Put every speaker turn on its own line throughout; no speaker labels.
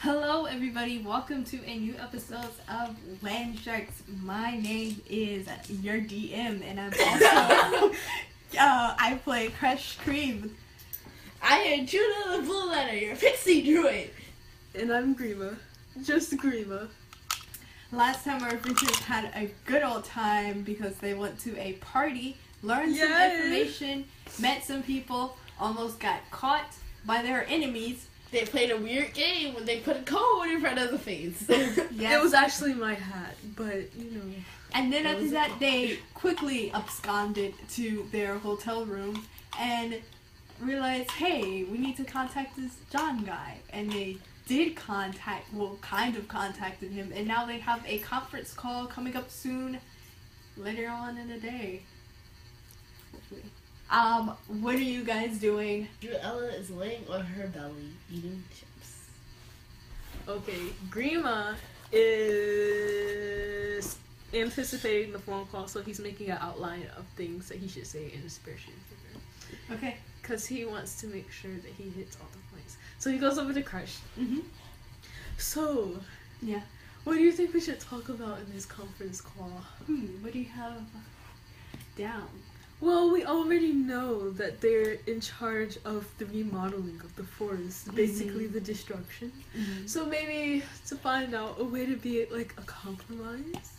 Hello, everybody. Welcome to a new episode of Land Sharks. My name is your DM, and I'm also uh, I play Crush Cream.
I am Judah the Blue Letter, your pixie druid.
And I'm Grima. Just Grima.
Last time our adventurers had a good old time because they went to a party, learned some
Yay.
information, met some people, almost got caught by their enemies.
They played a weird game when they put a cone in front of the face.
Yes.
It was actually my hat, but you know.
And then
That
after
was a
that, they quickly absconded to their hotel room and realized, hey, we need to contact this John guy. And they did contact, well, kind of contacted him. And now they have a conference call coming up soon, later on in the day. Hopefully. Um, what are you guys doing?
Ella is laying on her belly eating chips.
Okay, Grima is anticipating the phone call, so he's making an outline of things that he should say in his spiritual figure.
Okay.
Because he wants to make sure that he hits all the points. So he goes over to Crush.
Mm-hmm.
So,
Yeah.
what do you think we should talk about in this conference call?
Hmm, what do you have down?
Well, we already know that they're in charge of the remodeling of the forest, basically the destruction. So maybe to find out a way to be like a compromise,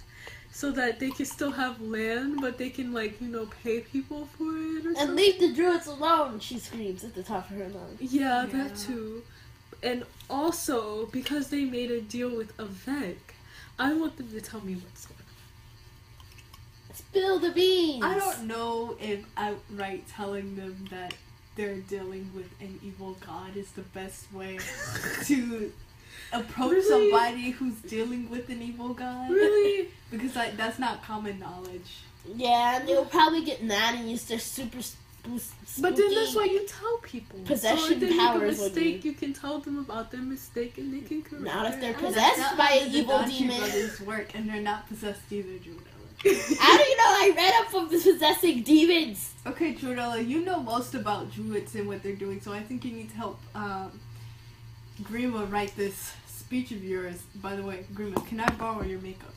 so that they can still have land, but they can like you know pay people for it or
And
something.
leave the druids alone, she screams at the top of her lungs.
yeah,
Yeah.
that too. And also because they made a deal with Avec, I want them to tell me what's going. on.
Spill the beans!
I don't know if outright telling them that they're dealing with an evil god is the best way to approach
Really?
somebody who's dealing with an evil god.
Really?
Because like that's not common knowledge.
Yeah, and they'll probably get mad and use their super spoo- spooky.
But then that's why you tell people. so
Possession
if they make a
powers would be-
mistake, you can tell them about their mistake and they can correct
Not if
it.
they're
That's
possessed
not
by
how
an
the
evil
Dodgy
demon.
Brothers work, and they're not possessed either, Jordella.
How do you know I read up from possessing demons?
Okay, Jordella, you know most about druids and what they're doing, so I think you need to help um, Grima write this speech of yours. By the way, Grima, can I borrow your makeup?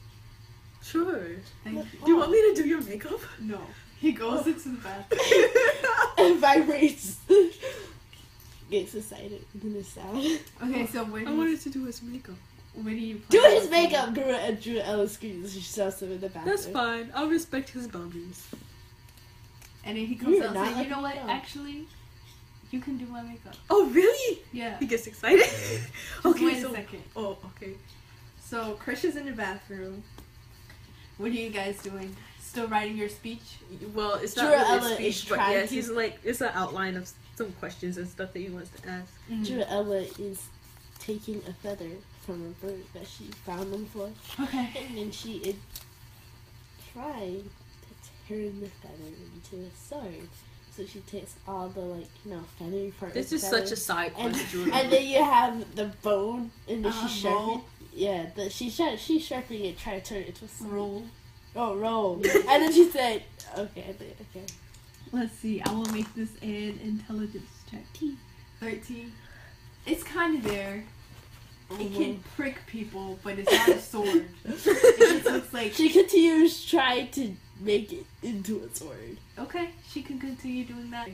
Sure.
Thank you.
Do you want me to do your makeup?
No. He goes into the bathroom.
It vibrates. Gets excited and then it's sad.
Okay, so where
I
do you,
wanted to do his makeup.
where do you
Do
plan
his
on-
makeup, Drew, and Drew Ella screams. She shoves him in the bathroom.
That's fine. I'll respect his boundaries.
And then he comes
You're
out
not
and says, you know
letting
what,
me know."
actually, you can do my makeup.
Oh, really?
Yeah.
He gets excited. okay,
Wait
so.
a second.
Oh, okay.
So, Krish is in the bathroom. What are you guys doing? Still writing your speech?
Well, it's
not Drew really a Ella speech, is but trying yeah, to- he's
like, it's an outline of some questions and stuff that he wants to ask.
Mm.
Drew Ella is taking a feather from a bird that she found on the floor,
Okay.
and then she is trying to turn the feather into a sword. So she takes all the like, you know, feathery part.
It's
of
just
the
such a side
and,
quest, Drew.
and then you have the bone, and then
Uh,
she
roll.
sharpen. Yeah, the, she sharp, she sharpening it, trying to turn it into a sword.
Roll.
Oh, roll. and then she said, "Okay, I did. Okay."
Let's see, I will make this an intelligence check. 13. It's kind of there. It can prick people, but it's not a sword. it just looks like
She continues trying to make it into a sword.
Okay, she can continue doing that.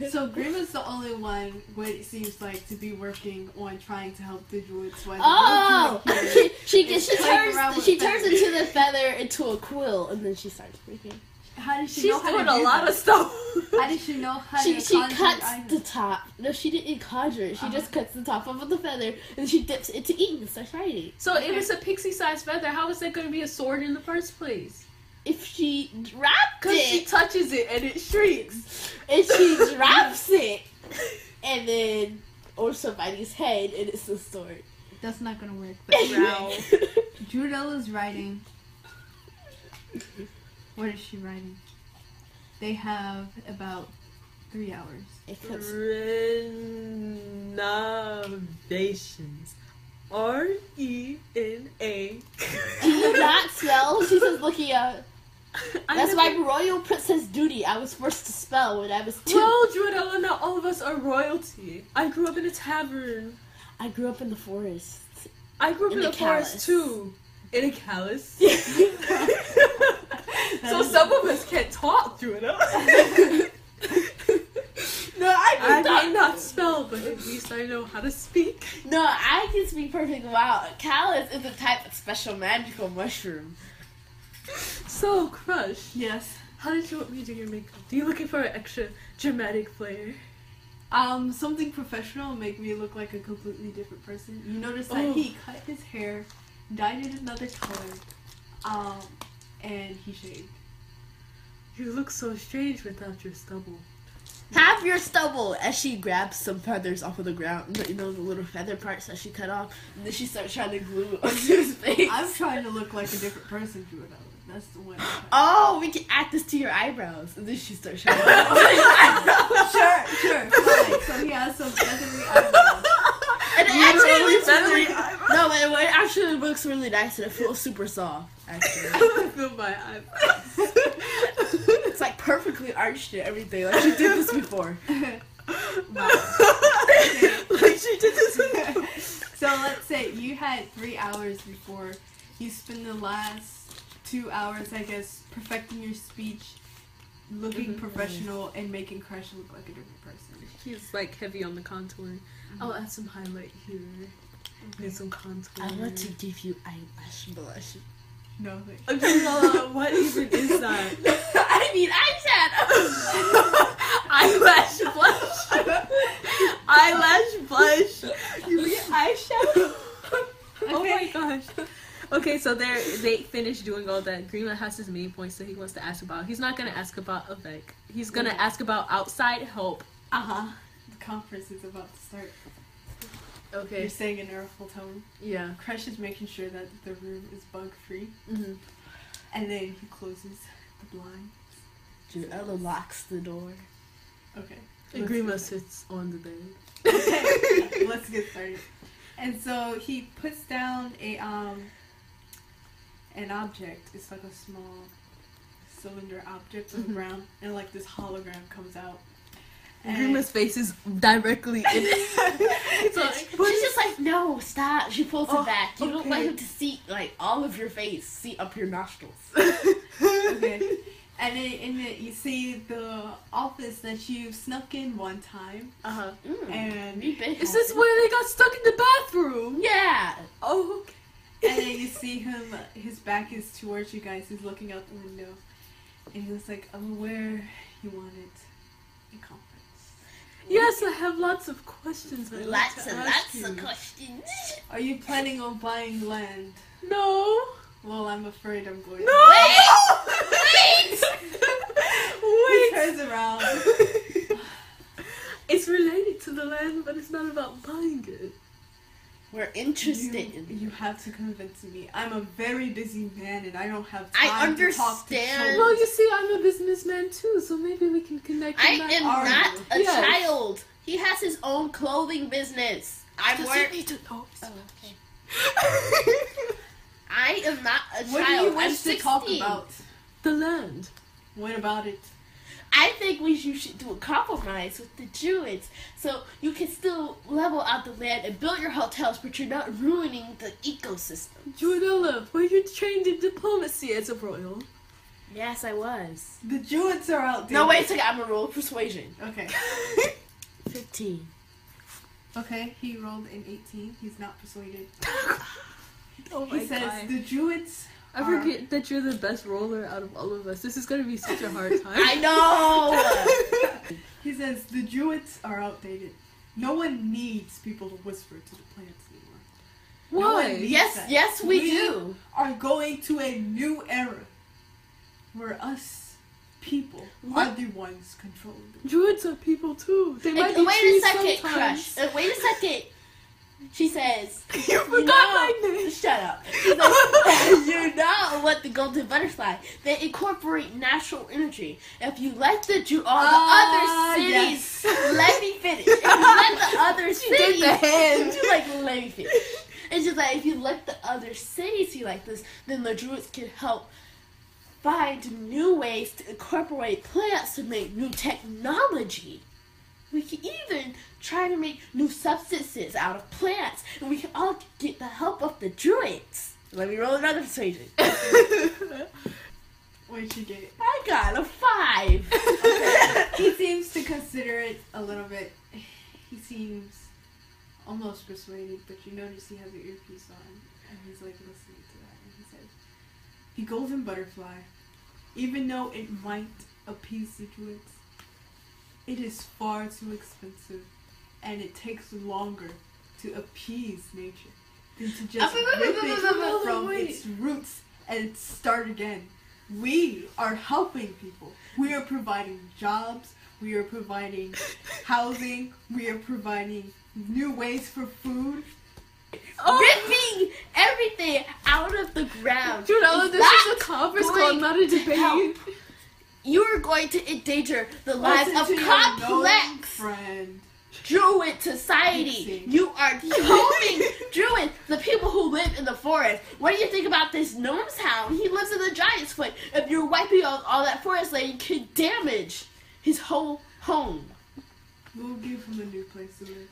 so
So Grim is the only one what it seems like to be working on trying to help the druids. Why the
oh,
druids are here.
she she,
It's
she
playing around
turns
with
she
feathers.
turns into the feather into a quill, and then she starts making.
how did she
She's
know how
doing
to
a
do
lot
that?
of stuff.
How did she know how
She
to
she
conjure
cuts the
items?
top. No, she didn't conjure it. She just cuts the top off of the feather, and she dips it to ink and starts writing.
so if it's a pixie-sized feather, how is that going to be a sword in the first place?
If she dropped
Because she
it,
touches it and it shrieks.
if she drops it, and then or somebody's head, and it's a sword.
That's not gonna work.
Wow.
Judella's writing. What is she writing? They have about three hours.
It comes
Renovations. R E N A.
Do you not smell? She says, looking up. That's
why.
my royal princess duty. I was forced to spell when I was two.
Well, Jordan, not all of us are royalty. I grew up in a tavern.
I grew up in the forest.
I grew up in,
In
the
a
forest
callus.
too. In a callus.
That
so
is-
some of us can't talk through it.
No, I
I may not spell, but at least I know how to speak.
No, I can speak perfect. Wow, callus is a type of special magical mushroom.
So, Crush,
Yes.
how did you want me to do your makeup? Do you looking for an extra dramatic flair?
Um, something professional will make me look like a completely different person. You notice that
Oh.
he cut his hair, dyed it another color, um, and he shaved.
You look so strange without your stubble.
Have your stubble as she grabs some feathers off of the ground, but you know the little feather parts that she cut off, and then she starts trying to glue onto his face.
I'm trying to look like a different person to another. That's the way. I'm trying-
Oh, we can add this to your eyebrows, and then she starts trying. to
sure, sure. Fine. So he has some feathery eyebrows.
And it actually
Literally
looks
feathery
really no, but it, it actually looks really nice, and it feels super soft. Actually,
I feel my eyebrows.
it's like perfectly arched and everything. Like she did this before.
like she did this with
so let's say you had three hours before. You spend the last two hours, I guess, perfecting your speech, looking
Mhm.
professional, and making Crush look like a different person.
He's like heavy on the contour.
Mm-hmm.
I'll add some highlight here. And some contour.
I want to give you eyelash blush.
No, like,
Angela, what even is that?
I mean eyeshadow.
eyelash blush. eyelash blush. You mean eyeshadow? Oh my
Okay.
gosh. Okay, so they are they finish doing all that. Greenland has his main points that he wants to ask about. He's not gonna ask about Avec. He's gonna ask about outside help.
uh huh. The conference is about to start. You're
Okay.
staying in our hotel room.
Yeah.
Crush is making sure that the room is bug free,
Mm-hmm.
and then he closes the blind.
Janella locks the door.
Okay.
And
Let's
Grima
get-
sits on the bed.
Okay, let's get started. And so he puts down a um an object. It's like a small cylinder object on the
Mhm.
ground, and like this hologram comes out.
Grima's face is directly in it.
She's just like, no, stop. She pulls
Oh,
it back. You don't want
okay.
him to see like all of your face, see up your nostrils.
okay. And then in it, you see the office that you snuck in one time,
uh-huh.
Mm.
and
You've been
Is this
happy.
where they got stuck in the bathroom?
Yeah.
Oh, okay.
and then you see him. His back is towards you guys. He's looking out the window, and he was like, "I'm aware you wanted a conference."
Yes, I have lots of questions. I'd like
Lots
to
and
ask
lots of
you.
questions.
Are you planning on buying land?
No.
Well, I'm afraid I'm going
No.
Wait.
He
Wait.
turns around.
it's related to the land, but it's not about buying it.
We're
You,
interested.
you have to convince me. I'm a very busy man and I don't have time
I
to talk to
understand.
children.
Well, you see, I'm a businessman too, so maybe we can connect.
I
in that
am
are
area.
not
you?
a
Yes.
child. He has his own clothing business. I
Does
work.
he need to know?
Oh, okay. I am not a
What do
child.
you wish
I'm
to
16.
talk about?
the land.
What about it?
I think we you should do a compromise with the Druids, so you can still level out the land and build your hotels, but you're not ruining the ecosystem.
Juanella, were you trained in diplomacy as a royal?
Yes, I was.
The Druids are out there.
No, wait a second. I'm a roll of persuasion.
Okay.
Fifteen.
Okay, he rolled an 18. He's not persuaded.
oh
He says, The Druids.
I
are-
forget that you're the best roller out of all of us. This is gonna be such a hard time.
I know.
He says, The Druids are outdated. No one needs people to whisper to the plants anymore.
Why?
No
yes, yes, we
We-
do.
are going to a new era where us people are
What?
the ones controlling the
Druids are people too. They might
And
be
wait a
trees
second,
sometimes.
crush. Uh, wait a second. She says,
you forgot
know-
my name.
"Shut up." She says, you know what the golden butterfly? They incorporate natural energy. If you let the Jew, all the
Ah,
other cities,
yes.
let me finish. If you let the other
did the
cities,
hand.
she's like, let me finish. It's just like if you let the other cities be like this, then the druids can help find new ways to incorporate plants to make new technology. We can even try to make new substances out of plants, and we can all get the help of the druids. Let me roll another persuasion.
What'd you get?
I got a five.
He seems to consider it a little bit. He seems almost persuaded, but you notice he has an earpiece on, and he's like listening to that, and he says, "The golden butterfly, even though it might appease the druids, it is far too expensive, and it takes longer to appease nature than to just
wait, wait, wait,
rip
wait,
it
wait, wait, wait,
from
wait.
its roots and start again." We are helping people. We are providing jobs. We are providing housing. We are providing new ways for food.
Oh.
Ripping everything out of the ground.
Dude, all of this is
That
a conference
going
call, not a
to help
debate.
You are going to endanger
Oh,
the lives
Listen to your
of
gnome
complex
friend.
druid society.
Pixie.
You are helping druids, the people who live in the forest. What do you think about this gnome's hound? He lives in the giant's foot. If you're wiping out all that forest land, you could damage his whole home.
We'll give him a new place to live.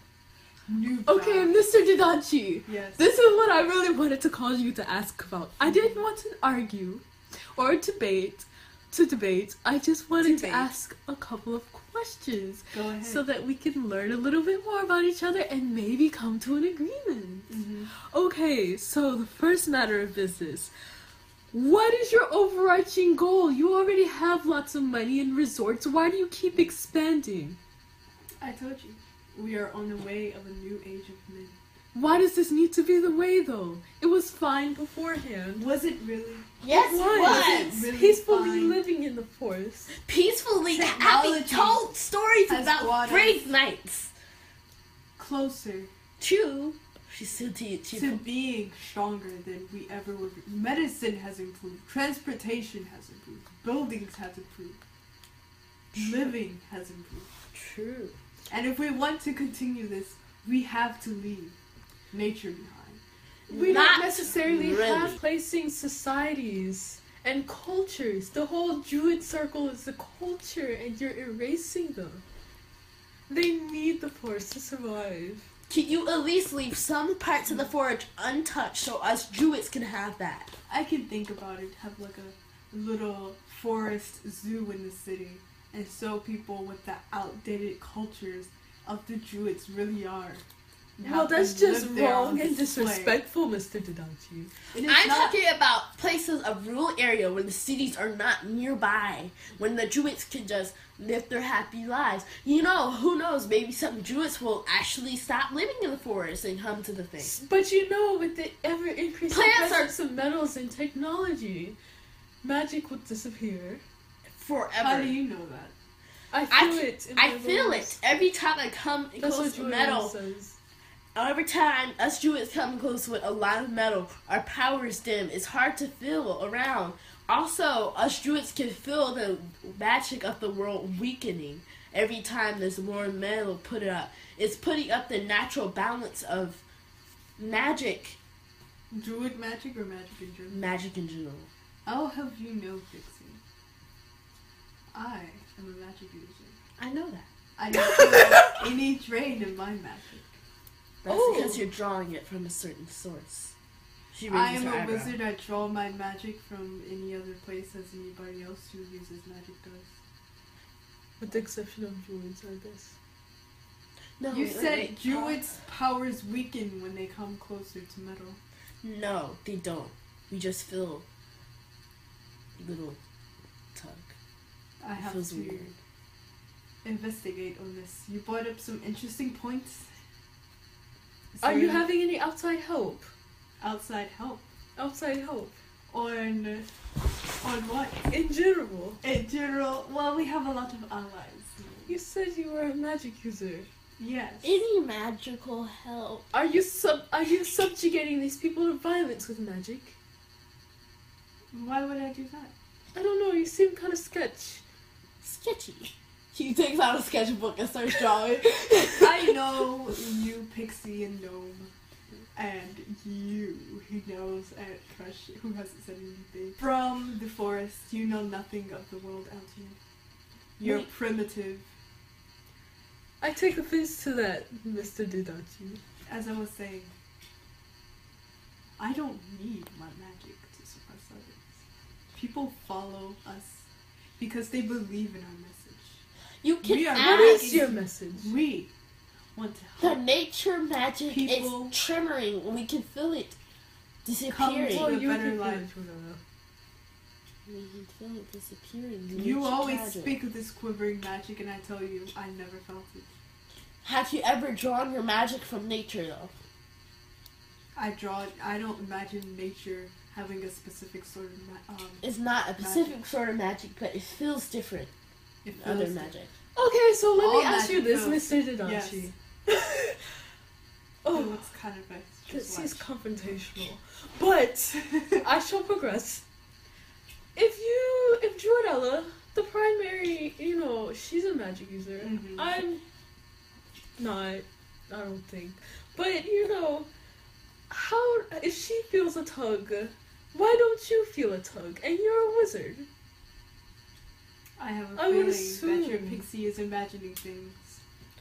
New job.
Okay, Mr. Didachi.
Yes.
This is what I really wanted to call you to ask about. I didn't want to argue or debate to debate. I just wanted
Debate.
to ask a couple of questions
Go ahead.
so that we can learn a little bit more about each other and maybe come to an agreement.
Mhm.
Okay, so the first matter of business. What is your overarching goal? You already have lots of money and resorts. Why do you keep expanding?
I told you. We are on the way of a new age of men.
Why does this need to be the way though? It was fine beforehand.
Was it really?
Yes,
Why?
it
Was
was.
it really
Peacefully
fine?
living in the forest.
Peacefully having
Technology
told stories
has
about
brought
brave
us-
knights.
Closer
True. She's still teaching.
to being stronger than we ever were. Medicine has improved. Transportation has improved. Buildings has improved. Living has improved.
True.
And if we want to continue this, we have to leave nature behind.
We
Not
don't necessarily
really.
have placing societies and cultures. The whole Druid circle is the culture, and you're erasing them. They need the forest to survive.
Can you at least leave some parts of the forest untouched so us Druids can have that?
I can think about it, have like a little forest zoo in the city, and show people what the outdated cultures of the Druids really are. and how
Well, that's
they
just
live there on
wrong and
display.
disrespectful, Mr. Didachi.
It is
I'm
not-
talking about places of rural area where the cities are not nearby, when the Druids can just live their happy lives. You know, who knows? Maybe some Druids will actually stop living in the forest and come to the thing.
But you know, with the ever increasing
Plants are-
presence of metals and technology, magic would disappear.
How do
Forever.
you know that?
I
I
feel
c-
it. in
I
my
feel
bones.
it every time I come
That's what
close to
Druid
metal.
says.
Every time us Druids come close with a lot of metal, our powers dim. It's hard to feel around. Also, us Druids can feel the magic of the world weakening every time there's more metal put up. It's putting up the natural balance of magic,
Druid magic or magic in general?
magic in general.
I'll have you know, Pixie. I am a magic user.
I know that.
I don't know any drain in my magic.
That's
Ooh.
because you're drawing it from a certain source. She
I
raises
am
her
a
eyebrow.
wizard. I draw my magic from any other place as anybody else who uses magic does.
With the exception of druids, I guess.
No,
you
wait,
said
wait, wait.
druids' powers weaken when they come closer to metal.
No, they don't. We just feel little tug.
I
It
have
feels
to
weird.
investigate on this. You brought up some interesting points. Is
Are
there
you
any
having any outside help?
outside help
Outside help
on on what?
in general?
In general, well, we have a lot of allies.
You said you were a magic user.
Yes.
Any magical help?
Are you sub? Are you subjugating these people to violence with magic?
Why would I do that?
I don't know. You seem kind of sketch.
Sketchy. She takes out a sketchbook and starts drawing.
I know you, Pixie and Gnome, and you, who knows and Crush, who hasn't said anything. From the forest, you know nothing of the world out here. You're
Wait.
primitive.
I take offense to that, Mr. Didachi.
As I was saying, I don't need my magic to suppress others. People follow us because they believe in our message.
You can
We are-
ask.
What is your message?
We want to
The
help.
nature magic
People-
is trembling. We can feel it disappearing.
Come
Oh,
to-
you
better
can
life.
finish without-
We can feel it disappearing. The
You
nature
always
magic.
speak of this quivering magic, and I tell you, I never felt it.
Have you ever drawn your magic from nature though?
I draw. I don't imagine nature having a specific sort of. Ma- um,
It's not a specific sort of magic, but it feels different
it
than other
feels-
magic.
Okay, so let
All
me ask you this,
magic
Mr.
Yes.
Didachi.
It
oh,
looks kind of nice.
this
Just
is
watch.
confrontational. But I shall progress. If you, if Jorella, the primary, you know, she's a magic user.
Mhm.
I'm not. I don't think. But you know, how if she feels a tug, why don't you feel a tug? And you're a wizard.
I have a
I
feeling
would
that your
assume.
pixie is imagining things.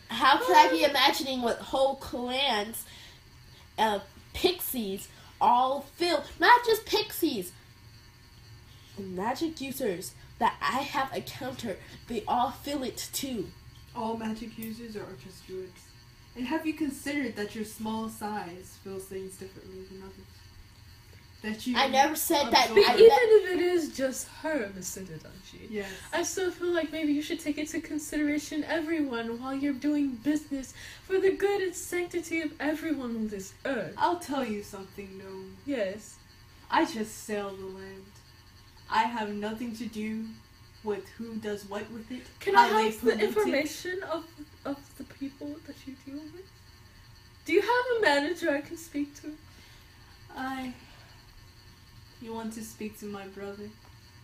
How can I be imagining what whole clans of pixies all feel? Not just pixies, magic users that I have encountered, they all feel it too.
All magic users are just druids. And have you considered that your small size feels things differently than others? That you.
I never said that.
absorb-
But
I,
even
that-
if it is just her, Mr. Didachi,
Yes.
I still feel like maybe you should take into consideration everyone while you're doing business for the good and sanctity of everyone on this earth.
I'll tell you something, no.
Yes.
I just sail the land. I have nothing to do with who does what with it.
Can
how
I
they
have the
pollute it.
information of of the people that you deal with? Do you have a manager I can speak to?
I. You want to speak to my brother?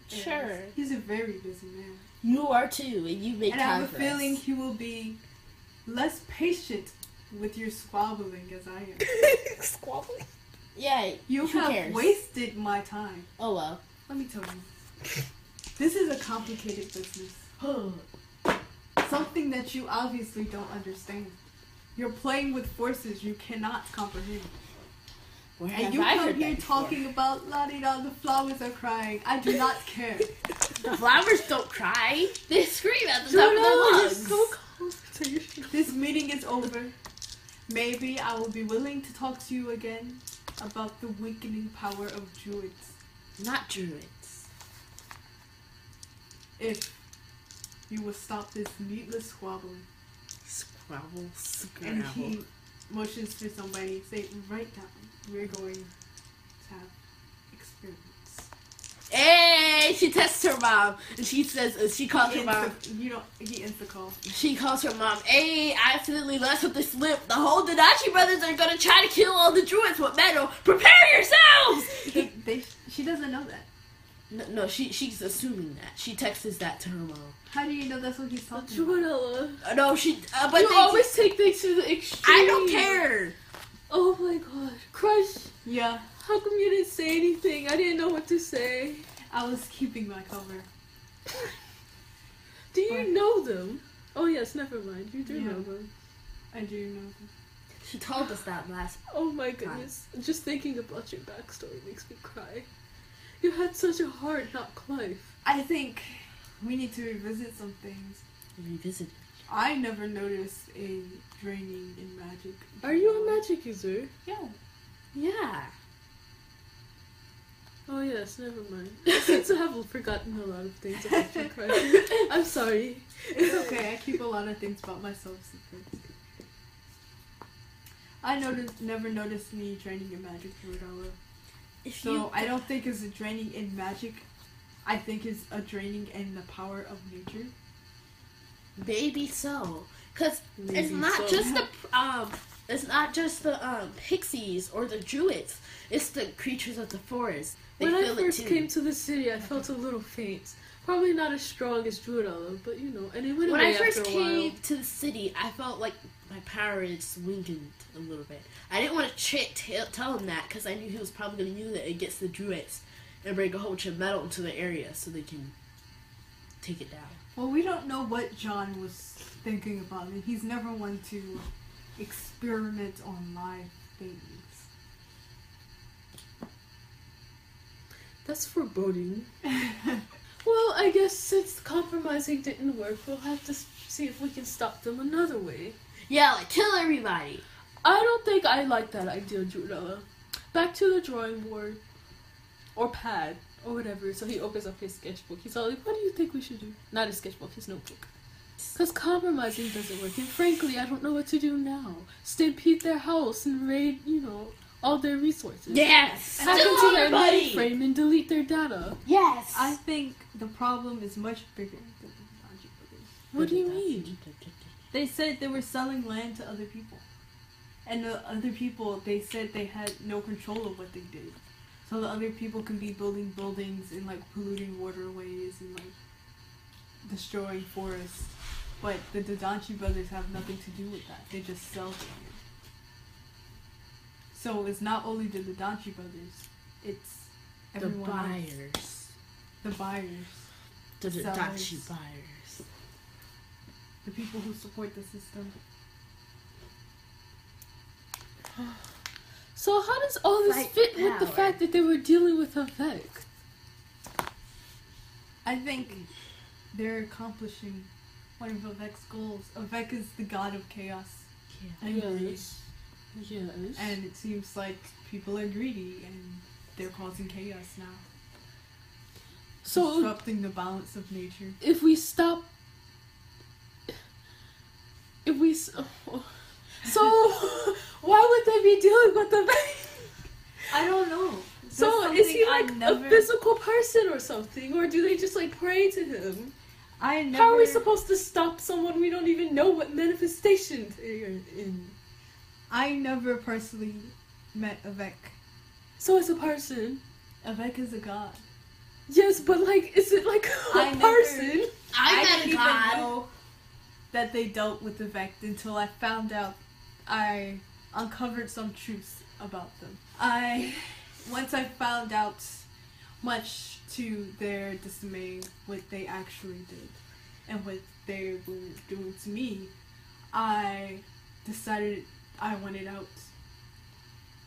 Yes.
sure,
He's a very busy man.
you are too, and you make
and I
time
have a
for
feeling
us.
he will be less patient with your squabbling as I am.
Squabbling.
Yeah,
You
who
have
cares?
wasted my time.
Oh well.
Let me tell you. This is a complicated business. Something that you obviously don't understand. You're playing with forces you cannot comprehend.
Where have
And you
I
come
heard
here
that before?
talking about la di da, the flowers are crying. I do not care.
The flowers don't cry. They scream at the top
Jordan,
of their
you're
lungs.
so confrontational.
this meeting is over. Maybe I will be willing to talk to you again about the weakening power of druids.
Not druids.
if you will stop this needless squabbling.
Scrabble,
And
scrabble.
he motions for somebody, say, right down. We're going to have experiments.
Hey, she texts her mom, and she says uh, she calls
He
her mom.
ends the, you don't. He ends the call.
She calls her mom. Hey, I accidentally let something slip. The whole Denashi brothers are gonna try to kill all the druids with metal. Prepare yourselves.
He, they, she doesn't know that.
No, no, she she's assuming that. She texts that to her mom.
How do you know that's what he's talking about?
Jordan,
Uh, No, she. Uh, but
you
they,
always take things to the extreme.
I don't care.
Oh my god, crush.
Yeah,
How come you didn't say anything? I didn't know what to say.
I was keeping my cover.
Do you
What?
know them? Oh yes, never mind. You do
Yeah.
know them.
I do know. That.
She told us that last.
Oh my goodness. Just thinking about your backstory makes me cry. You had such a hard knock life.
I think we need to revisit some things.
Revisit.
I never noticed a draining in magic.
Are you a magic user?
Yeah.
Yeah.
Oh yes, never mind. I seem to have forgotten a lot of things about your crush. I'm sorry.
It's okay. I keep a lot of things about myself secret. I noticed, never noticed me draining in magic for Rodella.
If
So
you,
I don't think it's a draining in magic. I think it's a draining in the power of nature.
maybe so, cause it's
Maybe
not
so.
just the um, it's not just the um pixies or the druids. It's the creatures of the forest. They
When I
feel
first
it too.
came to the city, I felt a little faint. Probably not as strong as Druidella, but you know, and it went
when
away
I first
after a while.
came to the city, I felt like my power is weakened a little bit. I didn't want to ch- tell, tell him that because I knew he was probably going to use it against the druids and bring a whole bunch of metal into the area so they can take it down.
Well, we don't know what John was thinking about it. He's never one to experiment on live things.
That's foreboding. well, I guess since compromising didn't work, we'll have to s- see if we can stop them another way.
Yeah, like kill everybody.
I don't think I like that idea, Junella. Back to the drawing board. Or pad. Or whatever. So he opens up his sketchbook. He's all like, what do you think we should do? Not his sketchbook, his notebook. Because compromising doesn't work. And frankly, I don't know what to do now. Stampede their house and raid, you know, all their resources.
Yes,
Hack
Still
into their mainframe and delete their data.
Yes.
I think the problem is much bigger than the Najee brothers.
What do you mean?
They said they were selling land to other people. And the other people, they said they had no control of what they did. So the other people can be building buildings and like polluting waterways and like destroying forests. But the Dadanchi brothers have nothing to do with that. They just sell the land. So it's not only the Dadanchi brothers, it's
The
everyone else.
buyers.
The buyers.
The
Sellers.
Dachi buyers.
The people who support the system.
So how does all this
Like
fit with the
power.
fact that they were dealing with a Vec?
I think they're accomplishing one of Avek's goals. Avek is the god of chaos and greed,
Yes. Yes.
and it seems like people are greedy and they're causing chaos now,
so
disrupting the balance of nature.
if we stop if we s- so why would they be dealing with the
I don't know. That's
so is he
something I
like
never-
a physical person or something or do they just like pray to him
I never.
how are we supposed to stop someone we don't even know what manifestation they are in
I never personally met Avek.
so it's a person
Avek is a god.
yes but like is it like a
I never-
person
I, met
didn't
a god.
even know that they dealt with the Vect until I found out. I uncovered some truths about them. I once I found out, much to their dismay, what they actually did and what they were doing to me. I decided I wanted out,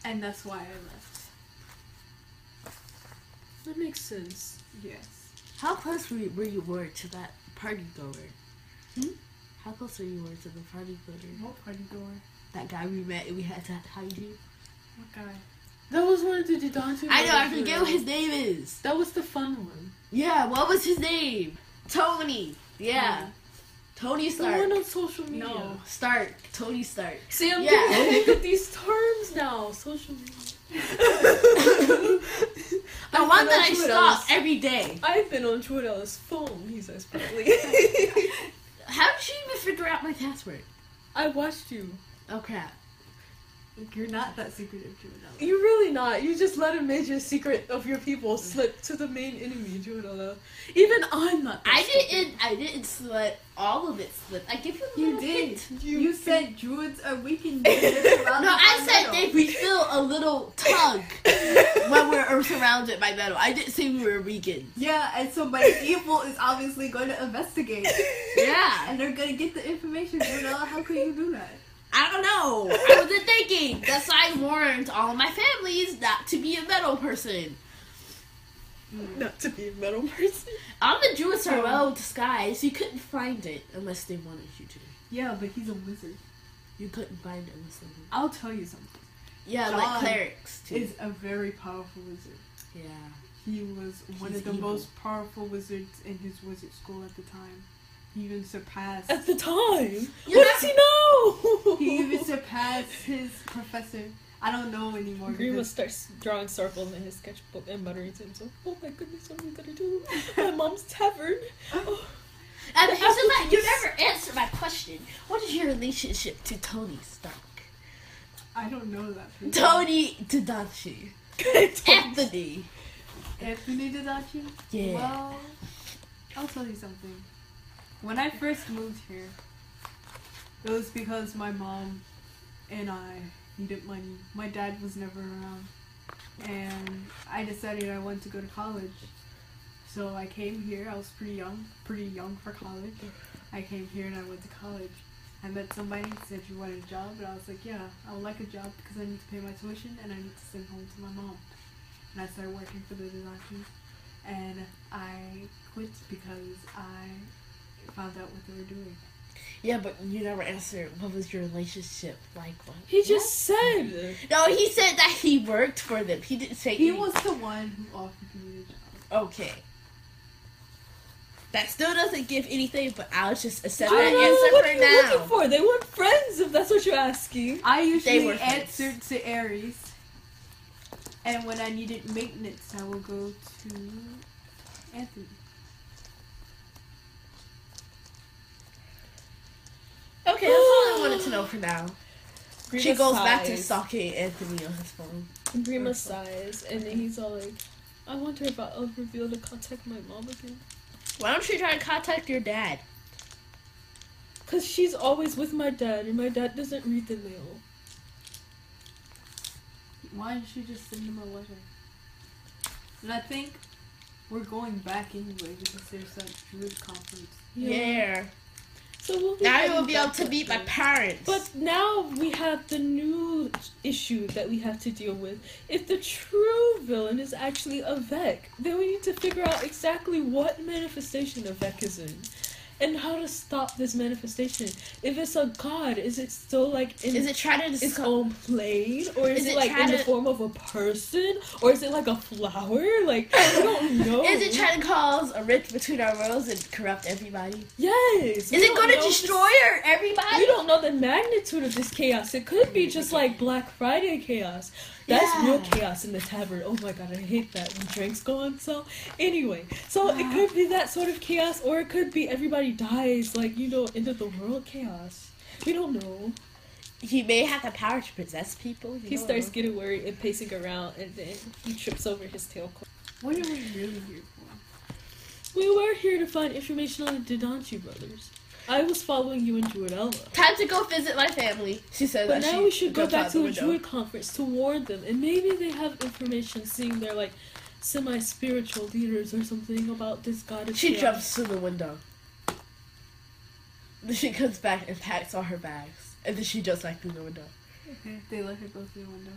and that's why I left.
that makes sense
Yes,
How close were you, were you were to that party goer?
Hmm?
How close were you were to the party goer?
what party door? What
That guy we met and we had to hide you.
guy?
that was one of the Didontu
I know. I
brothers,
forget
right?
what his name is.
that was the fun one
Yeah. What was his name? Tony. Yeah.
Um,
Tony
the one
Stark.
on social media
No. Stark. Tony Stark.
See, I'm
Yeah.
getting sick of these terms now. Social media.
The
I've
one
been
that
on
I
Trudeau's-
stalk every day.
I've been on Jordel's phone, he says probably.
How did she even figure out my password?
I watched you.
Oh crap.
You're not that secretive, Juvenile.
You're really not. You just let a major secret of your people slip to the main enemy, Jordel. Even I'm not. that
I
stupid.
didn't. I didn't slit all of it. Slit. I give you. A
You
little
did.
hint.
You, said druids are weakened. no,
No, I said they we feel a little tug when we're surrounded by metal. I didn't say we were vegans.
Yeah, and somebody evil is obviously going to investigate,
Yeah.
and they're going to get the information. You know, how could you do that?
I don't know. I wasn't thinking. That's why I warned all my families not to be a metal person.
Not to be a metal person.
All the Druids are well disguised. You couldn't find it unless they wanted you to.
Yeah, but he's a wizard.
You couldn't find it unless they wanted
I'll tell you something.
Yeah,
John
like clerics too.
Is a very powerful wizard.
yeah.
He was one
He's
of the
evil.
most powerful wizards in his wizard school at the time. He even surpassed.
At the time.
Yeah.
What does he know?
he even surpassed his professor. I don't know anymore.
Grima
because-
starts drawing circles in his sketchbook and muttering to himself, Oh my goodness, what are we gonna do? My mom's tavern. Oh.
And it's just like you never answered my question. What is your relationship to Tony Stark?
I don't know that.
Mm-hmm.
person.
Tony Tadachi. Anthony.
Anthony Didachi?
Yeah.
Well, I'll tell you something. When I first moved here, it was because my mom and I needed money. My dad was never around. And I decided I wanted to go to college. So I came here. I was pretty young, pretty young for college. I came here and I went to college. I met somebody who said you wanted a job, and I was like, yeah, I would like a job because I need to pay my tuition and I need to send home to my mom. And I started working for the Nazis, and I quit because I found out what they were doing.
Yeah, but you never answered what was your relationship like. What?
He just said.
No, he said that he worked for them. He didn't say
He
any-
was the one who offered me the job.
okay. That still doesn't give anything, but I'll just accept
I
that
don't know what
answer
you're
for now.
looking for. They want friends, if that's what you're asking.
I usually
were friends.
answered to Aries, and when I needed maintenance, I will go to Anthony.
Okay, that's all I wanted to know for now. she goes back to
size.
stalking Anthony on his phone.
Grima sighs, and then he's all like, "I wonder if I'll ever be able uh, to contact my mom again,
Why don't you try to contact your dad?
cause she's always with my dad, and my dad doesn't read the mail."
Why didn't you just send him a letter? And I think we're going back anyway because there's that Druid conference.
Yeah.
So we'll be
Now
heading
you will be able
back
to
up
meet my
there.
parents.
But now we have the new issue that we have to deal with. If the true villain is actually a Vec, then we need to figure out exactly what manifestation a Vec is in. And how to stop this manifestation. If it's a god, is it still like in
is it trying to
its
discover?
own plane? Or is,
Is
it,
it
like in
trying
the
to-
form of a person? Or is it like a flower? Like, I don't know.
Is it trying to cause a rift between our worlds and corrupt everybody?
Yes! we
Is it
don't
going to
know if it's-
destroy everybody?
We don't know the magnitude of this chaos. It could be just like Black Friday chaos. That's
Yeah.
real chaos in the tavern. Oh my god, I hate that when drinks go on sale. Anyway, so it could be that sort of chaos, or it could be everybody dies, like you know, end of the world chaos. We don't know.
He may have the power to possess people. you
He
don't
starts
know.
getting worried and pacing around, and then he trips over his tail. cord.
What are we really here for?
We were here to find information on the Didonchi brothers. I was following you and Juadella.
Time to go visit my family. She says
But
that
now
she
we should go
jumped
back
out
to
the
a
window.
Druid conference to warn them, and maybe they have information, seeing they're like semi-spiritual leaders or something about this goddess.
She
chaos.
jumps to the window. Then She comes back and packs all her bags, and then she jumps back through the window.
They let her go through the window.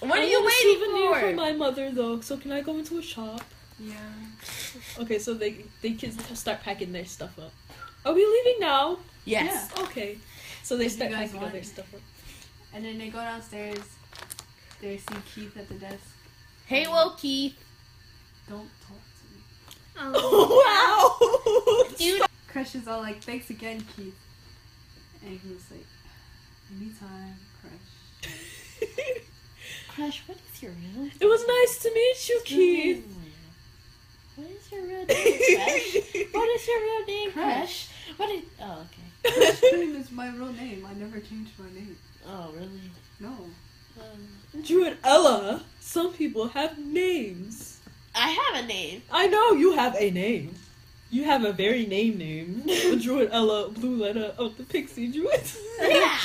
What
I
are you
want a souvenir
waiting for?
for my mother, though. So can I go into a shop?
Yeah.
Okay, so they they kids start packing their stuff up. Are we leaving now?
yes.
Okay. So they
If you
start
guys
packing all
want
their
it.
stuff up.
And then they go downstairs. They see Keith at the desk.
Hey, Wilkie.
Don't talk to me.
Oh.
wow.
Dude.
Crush is all like, thanks again, Keith. And he was like, anytime, Crush.
Crush, what is your real?
it was nice to meet you, Keith.
What is your real name, Crush? What is your real name,
Crush.
Crush? What is? Oh, okay.
Crush Cream is my real name. I never changed my name.
Oh, really?
No.
Um,
Druid Ella. Some people have names.
I have a name.
I know you have a name. You have a very name name. The druid Ella Blue Letter of the Pixie Druid.
Yeah.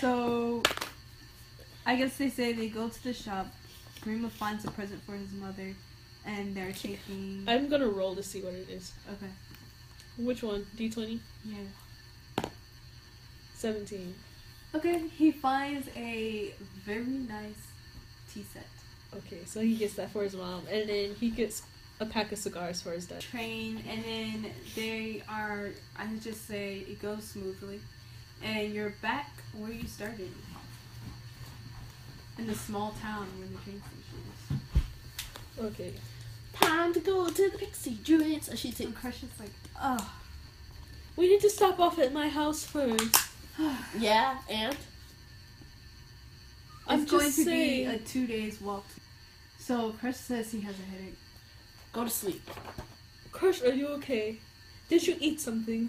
So, I guess they say they go to the shop. Grima finds a present for his mother, and they're taking.
I'm gonna roll to see what it is.
Okay.
Which one? D20?
Yeah.
17.
Okay. He finds a very nice tea set.
Okay, so he gets that for his mom, and then he gets a pack of cigars for his dad.
Train, and then they are. I would just say it goes smoothly, and you're back where you started. In the small town where the train station is.
Okay.
Time to go to the Pixie Druids. She
And Crush is like, oh.
Ah, We need to stop off at my house first.
Yeah, and
I'm
it's going
just
to
saying.
be a two days walk. So Crush says he has a headache.
go to sleep.
Crush, are you okay? Did you eat something?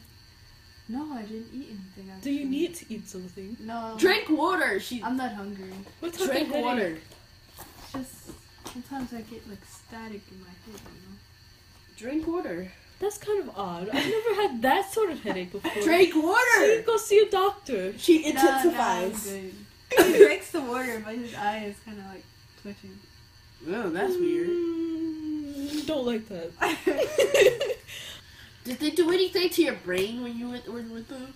No, I didn't eat anything.
Do
Actually.
you need to eat something?
No.
Drink water. She
I'm not hungry.
What type of
drink
headache?
water.
It's just sometimes I get like static in my head. You know.
Drink water.
That's kind of odd. I've never had that sort of headache before. So you
water.
go see a doctor.
She
Nah, nah, I'm good. he drinks the water, but his eye is kind of like twitching.
Oh, that's weird.
Mm, Don't like that.
Did they do anything to your brain when you were when you were with them?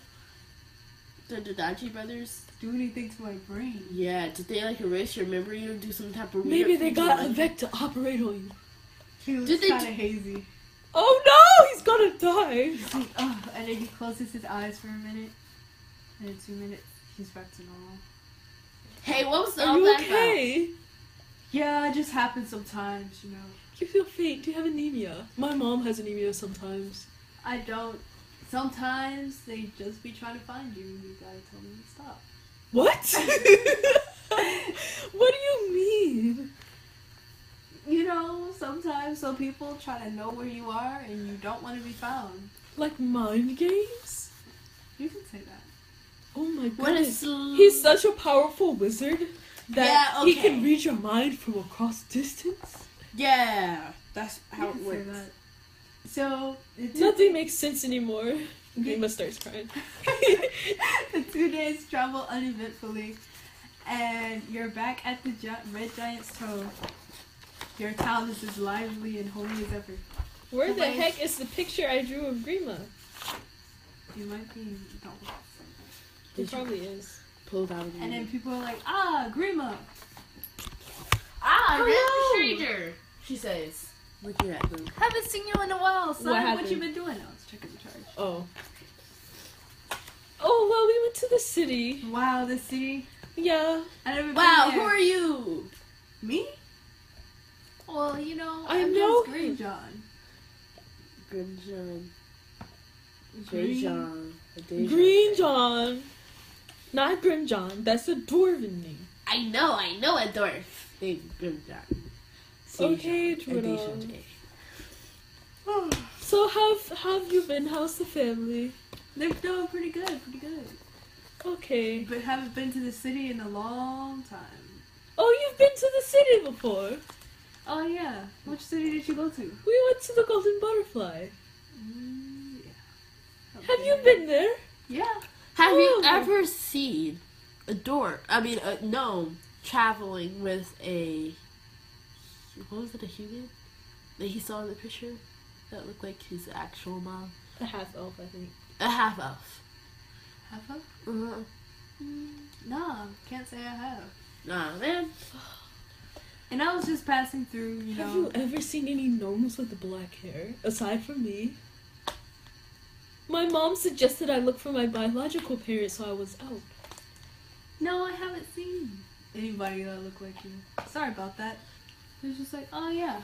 The Dadachi brothers?
Do anything to my brain.
Yeah, did they like erase your memory or do some type of weird
Maybe they
thing to
got a
you?
Vec to operate on you.
He looks
Did they
kind of
do-
hazy.
Oh no, he's gonna die.
He's like, oh, and then he closes his eyes for a minute. And in two minutes, he's back to normal.
Hey, what was all
Are you
that
okay?
Yeah, it just happens sometimes, you know.
You feel faint. Do you have anemia? My mom has anemia sometimes.
I don't. Sometimes they just be trying to find you, and you gotta tell them to stop.
What? what do you mean?
You know, sometimes some people try to know where you are, and you don't want to be found.
Like mind games?
You can say that.
Oh my
about? What
god.
is
He's such a powerful wizard that
Yeah,
he can
okay.
read your mind from across distance.
Yeah, that's
You
how it
can say
works.
that. So the two,
Nothing makes sense anymore. Nima starts crying.
the two days travel uneventfully, and you're back at the gi- Red Giant's Toe. Your town is as lively and homey as ever.
Where the
Wait.
heck is the picture I drew of Grima?
You might be no.
It
Did you
probably is.
pull down?
And then people are like, ah, Grima.
ah,
Hello.
Red Stranger. She says, looking at them.
Haven't seen you in a while, son. What,
happened?
you been doing? I was checking the charge.
Oh. Oh well, we went to the city.
Wow, the city.
Yeah,
I never been
Wow,
there.
who are you?
me? Well, you know,
I
I'm
know
just Green John.
Green John.
Green-
John.
Green John, not Grim John. That's a dwarven name.
I know, I know a dwarf named Grim John.
Okay, Twiddle.
Oh,
So how have- how have you been? How's the family?
They're doing pretty good, pretty good.
Okay.
But haven't been to the city in a long time.
Oh, you've been to the city before.
Oh yeah, which city did you go to?
We went to the Golden Butterfly.
Mm, yeah.
Have you been there?
Yeah.
Have you
Ooh.
ever seen a dwarf, I mean a gnome, traveling with a, what was it, a human that he saw in the picture that looked like his actual mom?
The half elf, I think.
A half-elf.
Have I?
Uh-huh.
Mm, nah, can't say I have.
Nah, man.
And I was just passing through, you know.
Have you ever seen any gnomes with black hair aside from me? My mom suggested I look for my biological parents, so I was out.
No, I haven't seen anybody that looked like you. Sorry about that. It was just like, oh yeah,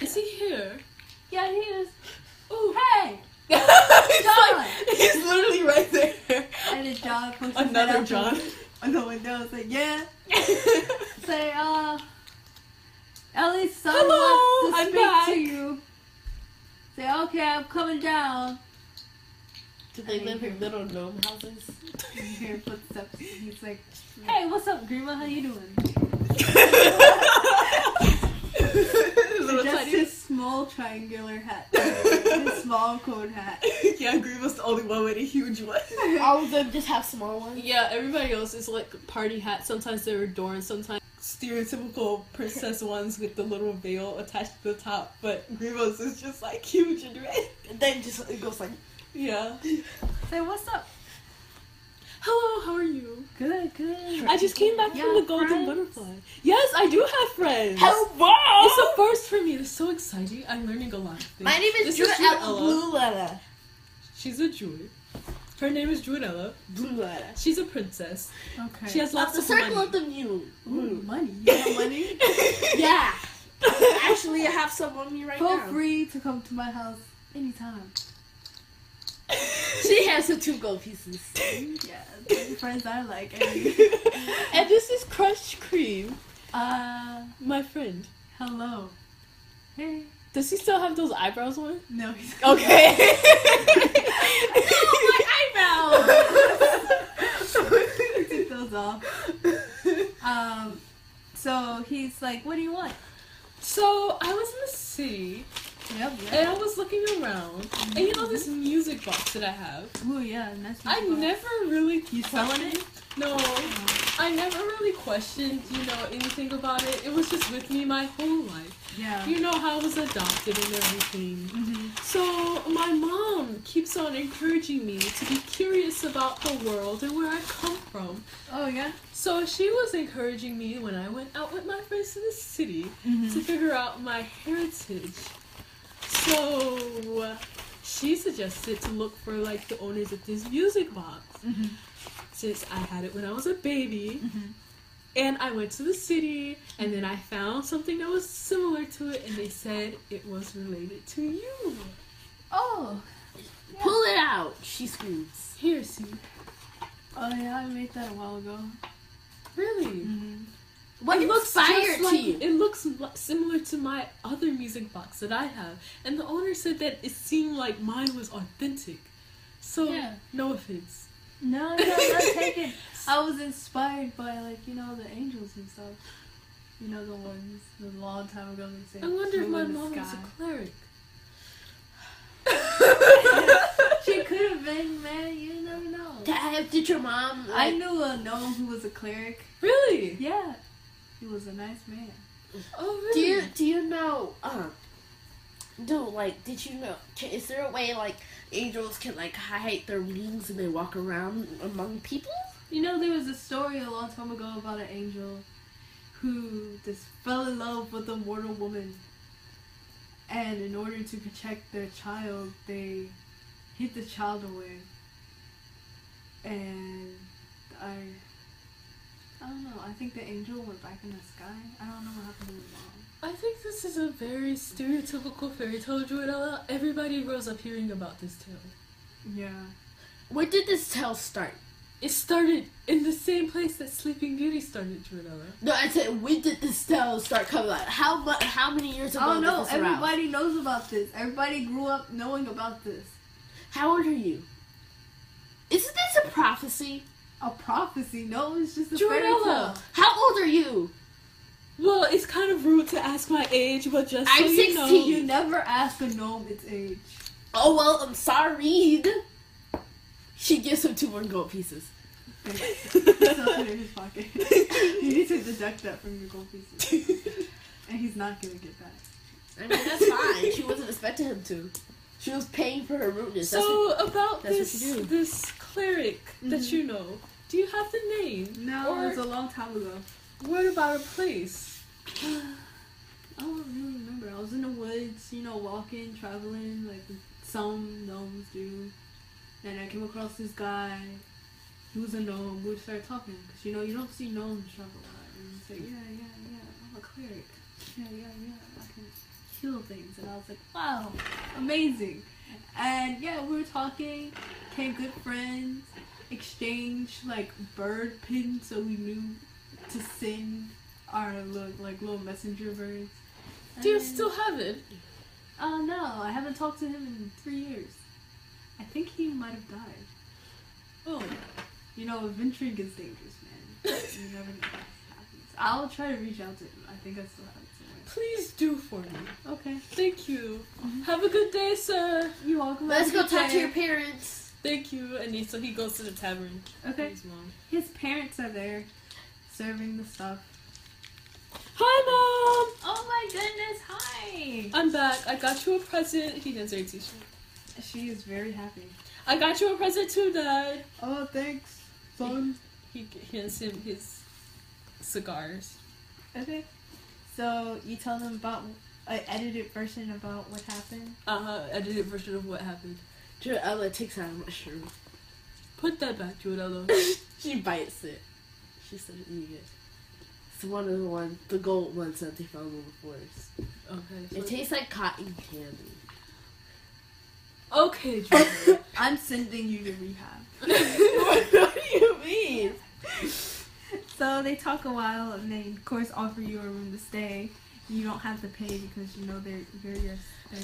Is he here?
yeah, he is.
Oh,
Hey, John.
he's literally right there.
and then John pushes it
Another
out
John.
the, the window. It's like, yeah. Say, uh, at least someone
Hello,
wants to
I'm
speak
back.
to you. Say, okay, I'm coming down.
Do they live in little gnome houses?
And you hear footsteps. And he's like, hey, what's up, Grima? How you doing?
Little
Just
tiny.
his small triangular hat, his small cone hat.
yeah, Green was the only one with a huge one.
All of them just have small ones.
Yeah, everybody else is like party hats. Sometimes they're adorned, sometimes stereotypical princess ones with the little veil attached to the top. But Grievous is just like huge and red.
And then just it goes like.
Yeah.
Say, what's up?
Hello, how are you?
Good, good.
I just came back from
Yeah,
the Golden
friends.
Butterfly. Yes, I do have friends.
Hello.
It's
Oh!
a first for me. It's so exciting. I'm learning a lot. of things.
My name
This
is Drew
Ella.
Blue Letter.
She's a Jew. Her name is Druidella.
Blue Letter.
She's a princess.
Okay.
She has
Of
lots
the
of
circle
money.
of the mule.
Ooh, money. You want money?
Yeah. Actually, I have some on me right
Feel
now.
free to come to my house anytime.
She has her two gold pieces.
Yeah, the friends I like. And,
and this is Crushed Cream,
uh,
my friend.
hello. Hey.
Does he still have those eyebrows on?
No, he's
Okay.
he took those off. Um, so he's like, what do you want?
so I was in the city
Yep.
And I was looking around, and you know this music box that I have.
Ooh, yeah, and that's
I never really
You selling it?
No, I never really questioned, you know, anything about it. It was just with me my whole life.
Yeah.
You know how I was adopted and everything.
hmm
So my mom keeps on encouraging me to be curious about the world and where I come from.
Oh yeah.
So she was encouraging me when I went out with my friends to the city to figure out my heritage. So uh, she suggested to look for like the owners of this music box
Mhm.
since I had it when I was a baby. And I went to the city and then I found something that was similar to it and they said it was related to you.
Oh.
Pull it out, she screams.
Here, see.
Oh yeah, I made that a while ago.
Really?
hmm
What
It
looks
just
fire
like-
to you?
It looks li- similar to my other music box that I have, and the owner said that it seemed like mine was authentic. So
Yeah.
no offense.
No, no, not taken. I was inspired by like you know the angels and stuff. You know the ones the long time ago they say.
I wonder if
flew
my
in the
mom was a
sky.
cleric.
She could have been, man. You never know.
Dad, did your mom
I
like
knew a gnome who was a cleric.
Really?
Yeah, he was a nice man.
Oh,
Do
really?
you do you know? Um, do like did you know? Can, is there a way like angels can like hide their wings and they walk around among people?
You know, there was a story a long time ago about an angel who just fell in love with a mortal woman. And in order to protect their child, they hid the child away. And I. I don't know. I think the angel went back in the sky. I don't know what happened to the mom.
I think this is a very stereotypical fairy tale, Joella. Everybody grows up hearing about this tale.
Yeah.
Where did this tale start?
It started in the same place that Sleeping Beauty started, Joella.
No, I said when did this tale start coming out? How mu- How many years ago?
I don't
did
know.
this arouse?
Everybody knows about this. Everybody grew up knowing about this.
How old are you? Isn't this a prophecy?
A prophecy? No, it's just a fairy
Joella!
tale.
How old are you?
Well, it's kind of rude to ask my age, but just
I'm
so you know,
16.
You never ask a gnome its age.
Oh well, I'm sorry. She gives him two more gold pieces.
It's not put in his pocket. you need to deduct that from your gold pieces. and he's not gonna get that.
I mean that's fine. she wasn't expecting him to. She was paying for her rudeness. That's
So about
that's what
this
you do. Mm-hmm.
this cleric that you know, do you have the name?
No,
Or-
it was a long time ago.
What about a place?
I don't really remember. I was in the woods, you know, walking, traveling, like some gnomes do. And I came across this guy. He was a gnome. We started talking because you know you don't see gnomes travel a lot. And he's like, yeah, yeah, yeah, I'm a cleric. Yeah, yeah, yeah, I can heal things. And I was like, wow, amazing. And yeah, we were talking, became good friends, exchanged like bird pins so we knew to send our little, like little messenger birds.
Do
Um,
you
And-
still have it?
Oh no, I haven't talked to him in three years. I think he might have died.
Oh,
You know, intrigue is dangerous, man. you never know what happens. I'll try to reach out to him. I think I still have it
please do for me.
somewhere. Okay.
Thank you.
Mm-hmm.
Have a good day, sir.
You're welcome. Have
Let's
a
go
good
talk to
day.
your parents.
Thank you. And he, so he goes to the tavern.
Okay.
His mom.
His parents are there serving the stuff.
Hi, mom.
Oh my goodness, hi!
I'm back. I got you a present. He hands her a t-shirt.
She is very happy.
I got you a present too, dad.
Oh, thanks,
son. He hands him his cigars.
Okay. So, you tell them about an edited version about what happened?
Uh huh. Edited version of what happened.
Joella takes out a mushroom.
Put that back, Juanello.
she bites it. She started eating it. It's one of the ones, the gold ones that they found in the forest.
Okay.
It
so-
tastes like cotton candy.
Okay, Juanello.
I'm sending you to rehab.
what do you mean?
So they talk a while, and they of course offer you a room to stay. You don't have to pay because you know they're you're your.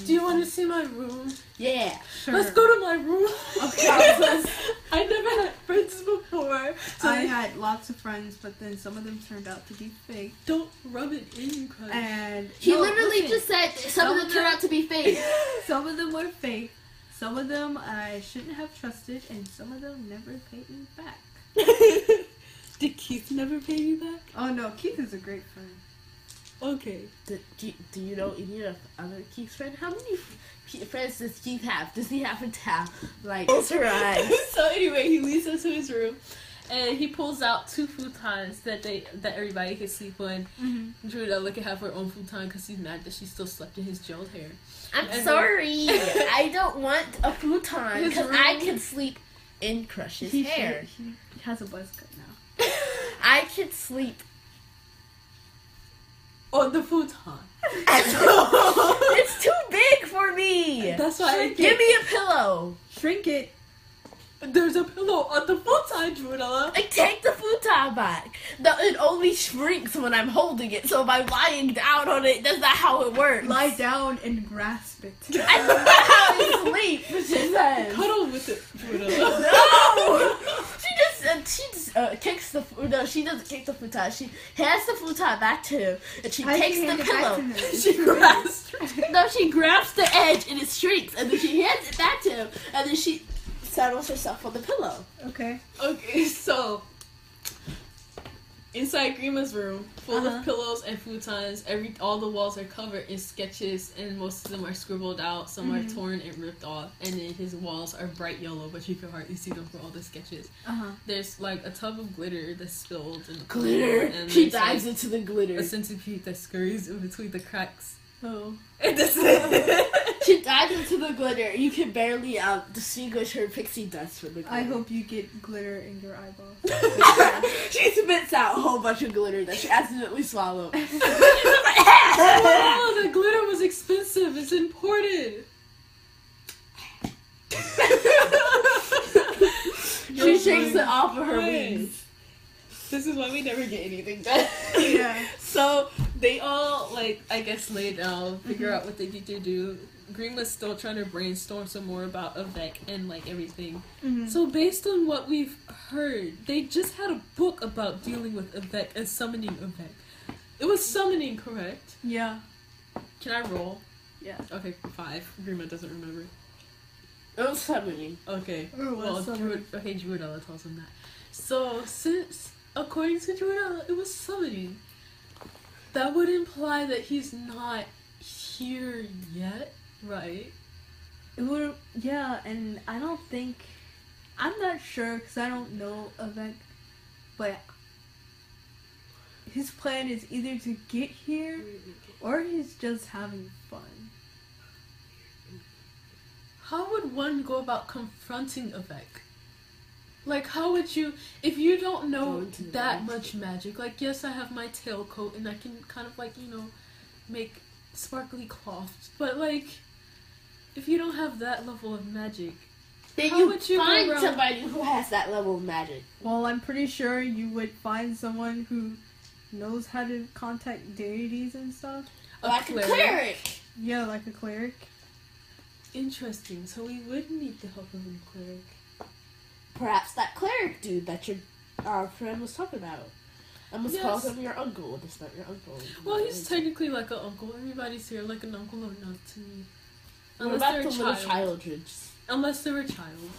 Do you want to see my room?
Yeah.
Sure.
Let's go to my room.
Okay. I was-
I never had friends before, so
I
they-
had lots of friends, but then some of them turned out to be fake.
don't rub it in, cause
And
He
No, listen.
literally
You just said some of them turned out to be fake.
Some of them were fake. Some of them I shouldn't have trusted, and some of them never paid me back.
Did Keith never pay you back?
Oh no, Keith is a great friend.
Okay.
Do, do, do you know any of other Keith's friends? How many Ke- friends does Keith have? Does he have a tab? Like, surprise.
so anyway, he leads us to his room, and he pulls out two futons that they that everybody could sleep on.
Mm-hmm.
Druda look at have her own futon because he's mad that she still slept in his gelled hair.
I'm
And
sorry.
I don't want a futon
His
because I
room.
can sleep in Crush's
He
hair.
should- He, has a buzz cut now.
I can sleep.
On the futon.
it's too big for me.
That's why I
Give
get.
me a pillow.
Shrink it.
There's a pillow on the futon, Druda.
I take the futon back. The, it only shrinks when I'm holding it. So by lying down on it, that's not how it works.
Lie down and grasp it.
That's not how you sleep. She says.
Cuddle with it, Druda.
No. She just uh, she just uh, kicks the fu- no. She doesn't kick the futon. She hands the futon back to him, and she
How do you
takes
hand
the
it back
pillow.
to them?
She grabs no. She grabs the edge, and it shrinks, and then she hands it back to him, and then she settles herself on the pillow.
Okay.
okay, so. Inside Grima's room, full
Uh-huh.
of pillows and futons, every all the walls are covered in sketches, and most of them are scribbled out. Some
Mm-hmm.
are torn and ripped off, and then his walls are bright yellow, but you can hardly see them for all the sketches.
Uh huh.
There's like a tub of glitter that's spilled in the pool,
Glitter.
and
She
there's, like,
dives into the glitter.
a centipede that scurries in between the cracks.
Oh.
And this is
She dives into the glitter. You can barely um, distinguish her pixie dust from the glitter.
I hope you get glitter in your eyeballs.
she spits out a whole bunch of glitter that she accidentally swallowed.
Oh, the glitter was expensive. It's imported.
she shakes it off of her
Wait.
wings.
This is why we never get anything done.
Yeah.
So they all like I guess lay down, figure out what they need to do. Green was still trying to brainstorm some more about Avec and like everything.
Mm-hmm.
So based on what we've heard, they just had a book about dealing with Avec and summoning Avec. It was summoning, correct?
Yeah.
Can I roll?
Yeah.
Okay, five. Grima doesn't remember.
It was summoning.
Okay.
Or was
Well,
summoning.
Drew- okay, Druidella tells him that. So, since, according to Druidella, it was summoning, that would imply that he's not here yet, right?
It would. Yeah, and I don't think. I'm not sure because I don't know event, but his plan is either to get here or he's just having fun.
How would one go about confronting Avec? Like, how would you, if you don't
Go
know
into the
that
woods.
much magic, like, yes, I have my tailcoat and I can kind of, like, you know, make sparkly cloths, but, like, if you don't have that level of magic,
Then
How
you
would you go
find
around-
somebody who has that level of magic.
Well, I'm pretty sure you would find someone who knows how to contact deities and stuff.
a
like a
cleric.
cleric.
Yeah, like a cleric.
Interesting. So we would need the help of a cleric.
Perhaps that cleric dude that your our friend was talking about. I must call
Yes.
him your uncle. It's not your uncle.
Well, he's technically like an uncle. Everybody's here like an uncle or not to me.
What
Unless
about
they're a
the little
child.
childrens?
Unless they're a child.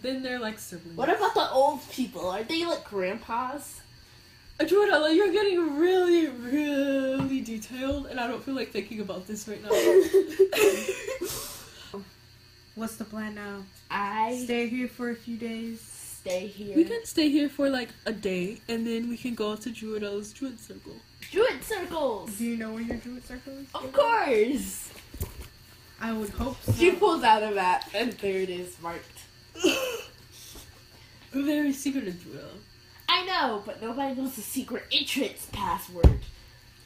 Then they're like siblings.
What about the old people? Are they like grandpas?
Adrona, you're getting really, really detailed, and I don't feel like thinking about this right now.
What's the plan now?
I
Stay here for a few days.
stay here.
we can stay here for like a day, and then we can go to Druidella's Druid Circle.
Druid circles.
Do you know where your druid circle is?
Of course.
I would hope so.
She pulls out a map, and there it is marked.
Very secretive Druidella.
I know, but nobody knows the secret entrance password.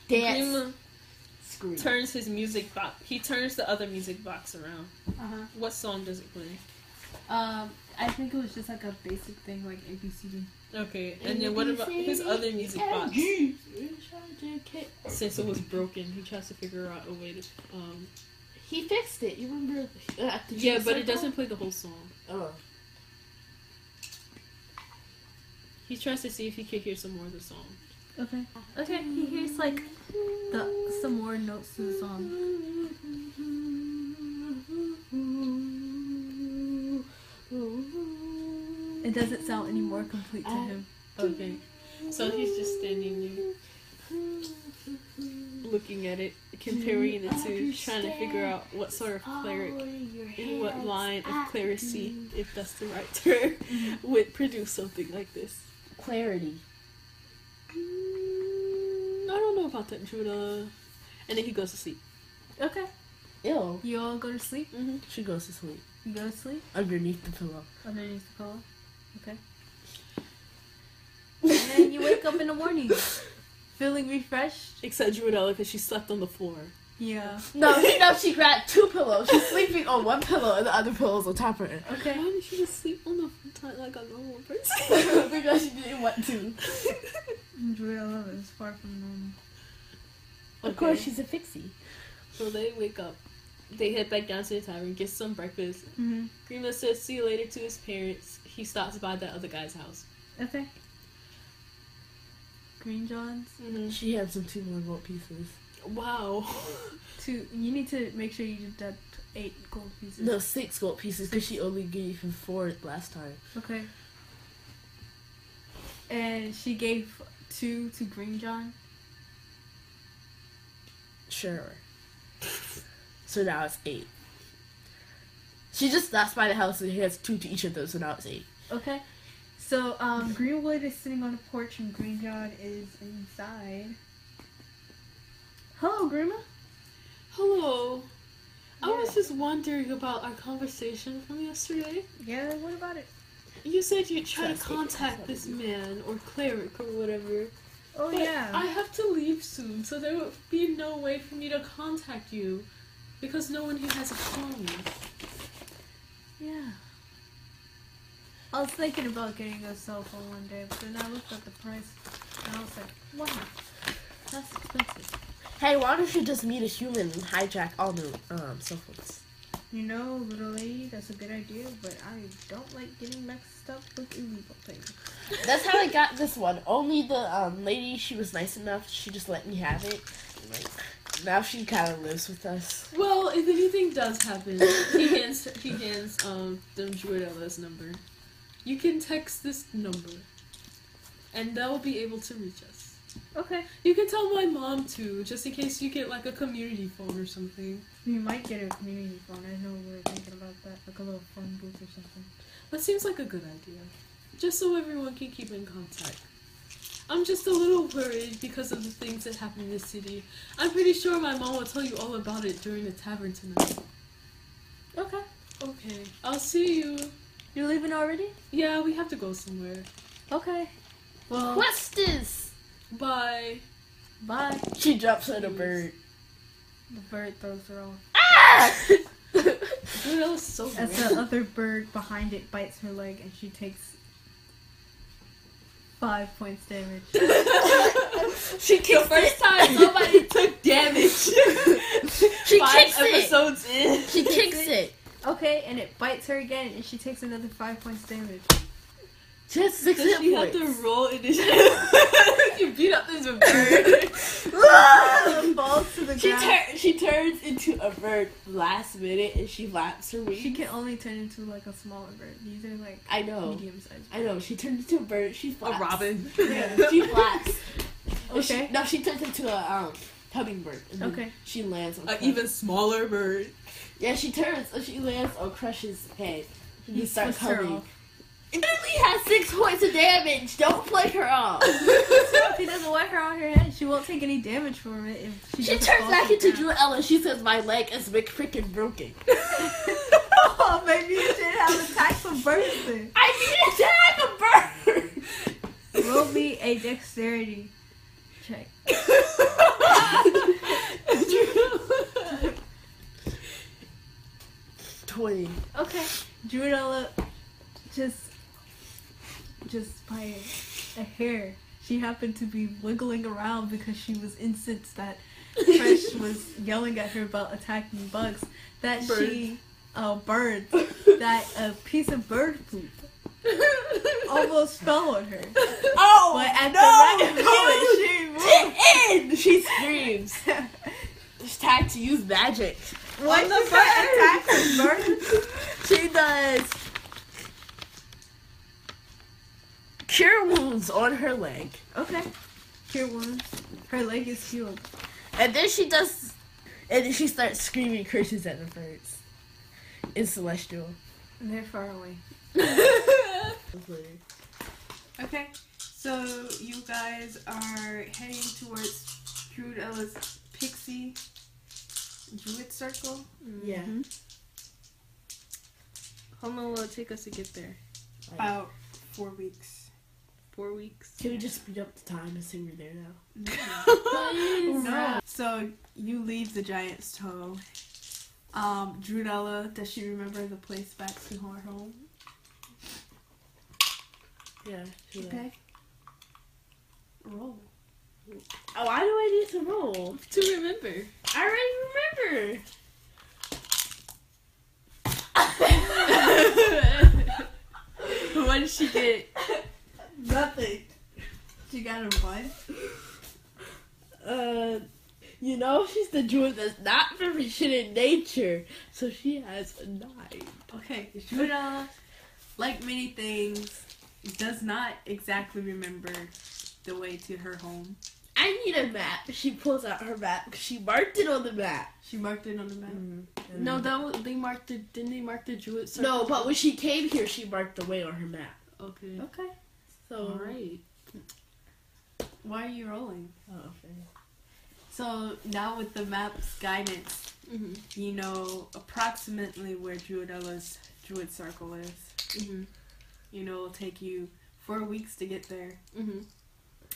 Dance.
Grima
Screw.
turns his music box. He turns the other music box around.
Uh-huh.
What song does it play?
Um, I think it was just like a basic thing, like ABCD.
Okay, and then what about his other music box? Since it was broken, he tries to figure out a way to. Um,
He fixed it. You remember? uh, at the
yeah,
Druid
but it
circle?
doesn't play the whole song.
Oh.
He tries to see if he can hear some more of the song.
Okay. Okay. He hears like the some more notes to the song. It doesn't sound any more complete to him.
Okay. So he's just standing there, looking at it, comparing it to trying to figure out what sort of cleric in what line of clericy, if that's the right term, would produce something like this.
Clarity.
I don't know about that, Judah. And then he goes to sleep.
Uh, Okay.
Ew.
You all go to sleep.
Mm-hmm.
She goes to sleep
You go to sleep
underneath the pillow.
underneath the pillow. Okay. And then you wake up in the morning, feeling refreshed.
Except Judah, because she slept on the floor.
Yeah.
No, she, no, she grabbed two pillows. She's sleeping on one pillow and the other pillow's on top of her.
Okay.
Why did she just sleep on the floor like a normal person?
because she didn't want to.
Andrea Love is far from normal.
Of course, she's a fixie.
So they wake up. They head back down to the tavern, get some breakfast.
Mhm.
Grima says see you later to his parents. He stops by that other guy's house.
Okay. Green Johns.
Mm-hmm.
She had some two more gold pieces.
Wow.
Two. You need to make sure you deduct eight gold pieces.
No, six gold pieces because she only gave him four last time.
Okay. And she gave two to Green John.
Sure. So now it's eight. She just stops by the house and has two to each of those, so now it's eight.
Okay. So um, Greenwood is sitting on the porch and Green John is inside. Hello, Grima.
Hello. I was just wondering about our conversation from yesterday.
Yeah. What about it?
You said you'd try to
Translate
contact this man or cleric or whatever.
Oh
But
yeah.
I have to leave soon, so there would be no way for me to contact you. Because no one here has a phone.
Yeah. I was thinking about getting a cell phone one day, but then I looked at the price and I was like, wow, that's expensive.
Hey, why don't you just meet a human and hijack all the um, cell phones?
You know, little lady, that's a good idea, but I don't like getting mixed up with illegal things.
That's how I got this one. Only the um, lady, she was nice enough. She just let me have it. Like, now she kind of lives with us.
Well, if anything does happen, he hands he hands um them Juanella's number. You can text this number, and they'll be able to reach us.
Okay.
You can tell my mom too, just in case you get like a community phone or something.
We might get a community phone. I know we were thinking about that, like a little phone booth or something.
That seems like a good idea, just so everyone can keep in contact. I'm just a little worried because of the things that happen in the city. I'm pretty sure my mom will tell you all about it during the tavern tonight.
Okay.
Okay, I'll see you.
You're leaving already?
Yeah, we have to go somewhere.
Okay. Well,
What's this?
Bye.
bye.
She drops her a bird.
The bird throws her off.
Dude, that was so
As
weird.
the other bird behind it bites her leg and she takes five points damage.
She kicks
First time somebody took damage.
She
Five
kicks it.
episodes in.
She kicks it.
Okay, and it bites her again and she takes another five points damage.
Just six
Does
hit
she have
points.
to roll initiative? you beat up this bird.
It falls to the
She,
ground.
tur- she turns into a bird last minute and she flaps her
she
wings.
can only turn into like a smaller bird. These are like
I know.
medium sized.
I know. She turns into a bird. She flaps.
Yeah.
She flaps. And she-
Okay.
no, she turns into a um, hummingbird. and then
Okay.
She lands on
An
Crush-
Uh, even smaller bird.
Yeah, she turns and she lands on Crush's head. And he
You
starts
switched her
humming.
off.
It only has six points of damage. Don't play her off.
If he doesn't whack her on her head, she won't take any damage from it. If she,
she
doesn't
turns
fall
back
to the
into
ground.
Drew Ellen. She says, "My leg is McFrickin' broken."
Oh, maybe you should have attacked some birds then.
I need to tag a bird.
Roll me a dexterity check.
Twenty.
Okay. Judah just just by a hair. She happened to be wiggling around because she was incensed that Fresh was yelling at her about attacking bugs. That she uh bird that a piece of bird poop almost fell on her.
Oh,
Oh, But at the right moment she
to end! She screams. She's tied to use magic.
What
the
does
bird.
that attack the bird?
She does cure wounds on her leg.
Okay. Here one. Her leg is healed.
And then she does and then she starts screaming curses at the birds. In celestial.
And they're far away.
Okay, so you guys are heading towards Druidella's pixie druid circle.
Yeah.
How long will it take us to get there?
About four weeks.
Four weeks.
Can we just speed up the time and say we're there now?
No. So you leave the giant's toe. Um, Drudella, does she remember the place back to her home?
Yeah. she left.
Okay. Roll.
Oh, why do I need to roll?
To remember.
I already remember.
what did she get?
Nothing. She got a what?
Uh, you know, she's the druid that's not proficient in nature, so she has a nine.
Okay, Drudella, like many things, does not exactly remember the way to her home.
I need a map. She pulls out her map 'cause she marked it on the map.
She marked it on the map.
No, that was, they marked the didn't they mark the Druid circle?
No, but when she came here, she marked the way on her map.
Okay.
Okay.
So,
All right.
Why are you rolling?
oh, okay.
So now with the map's guidance,
Mhm.
you know approximately where Druidella's Druid Circle is.
Mhm.
You know it'll take you four weeks to get there.
Mhm.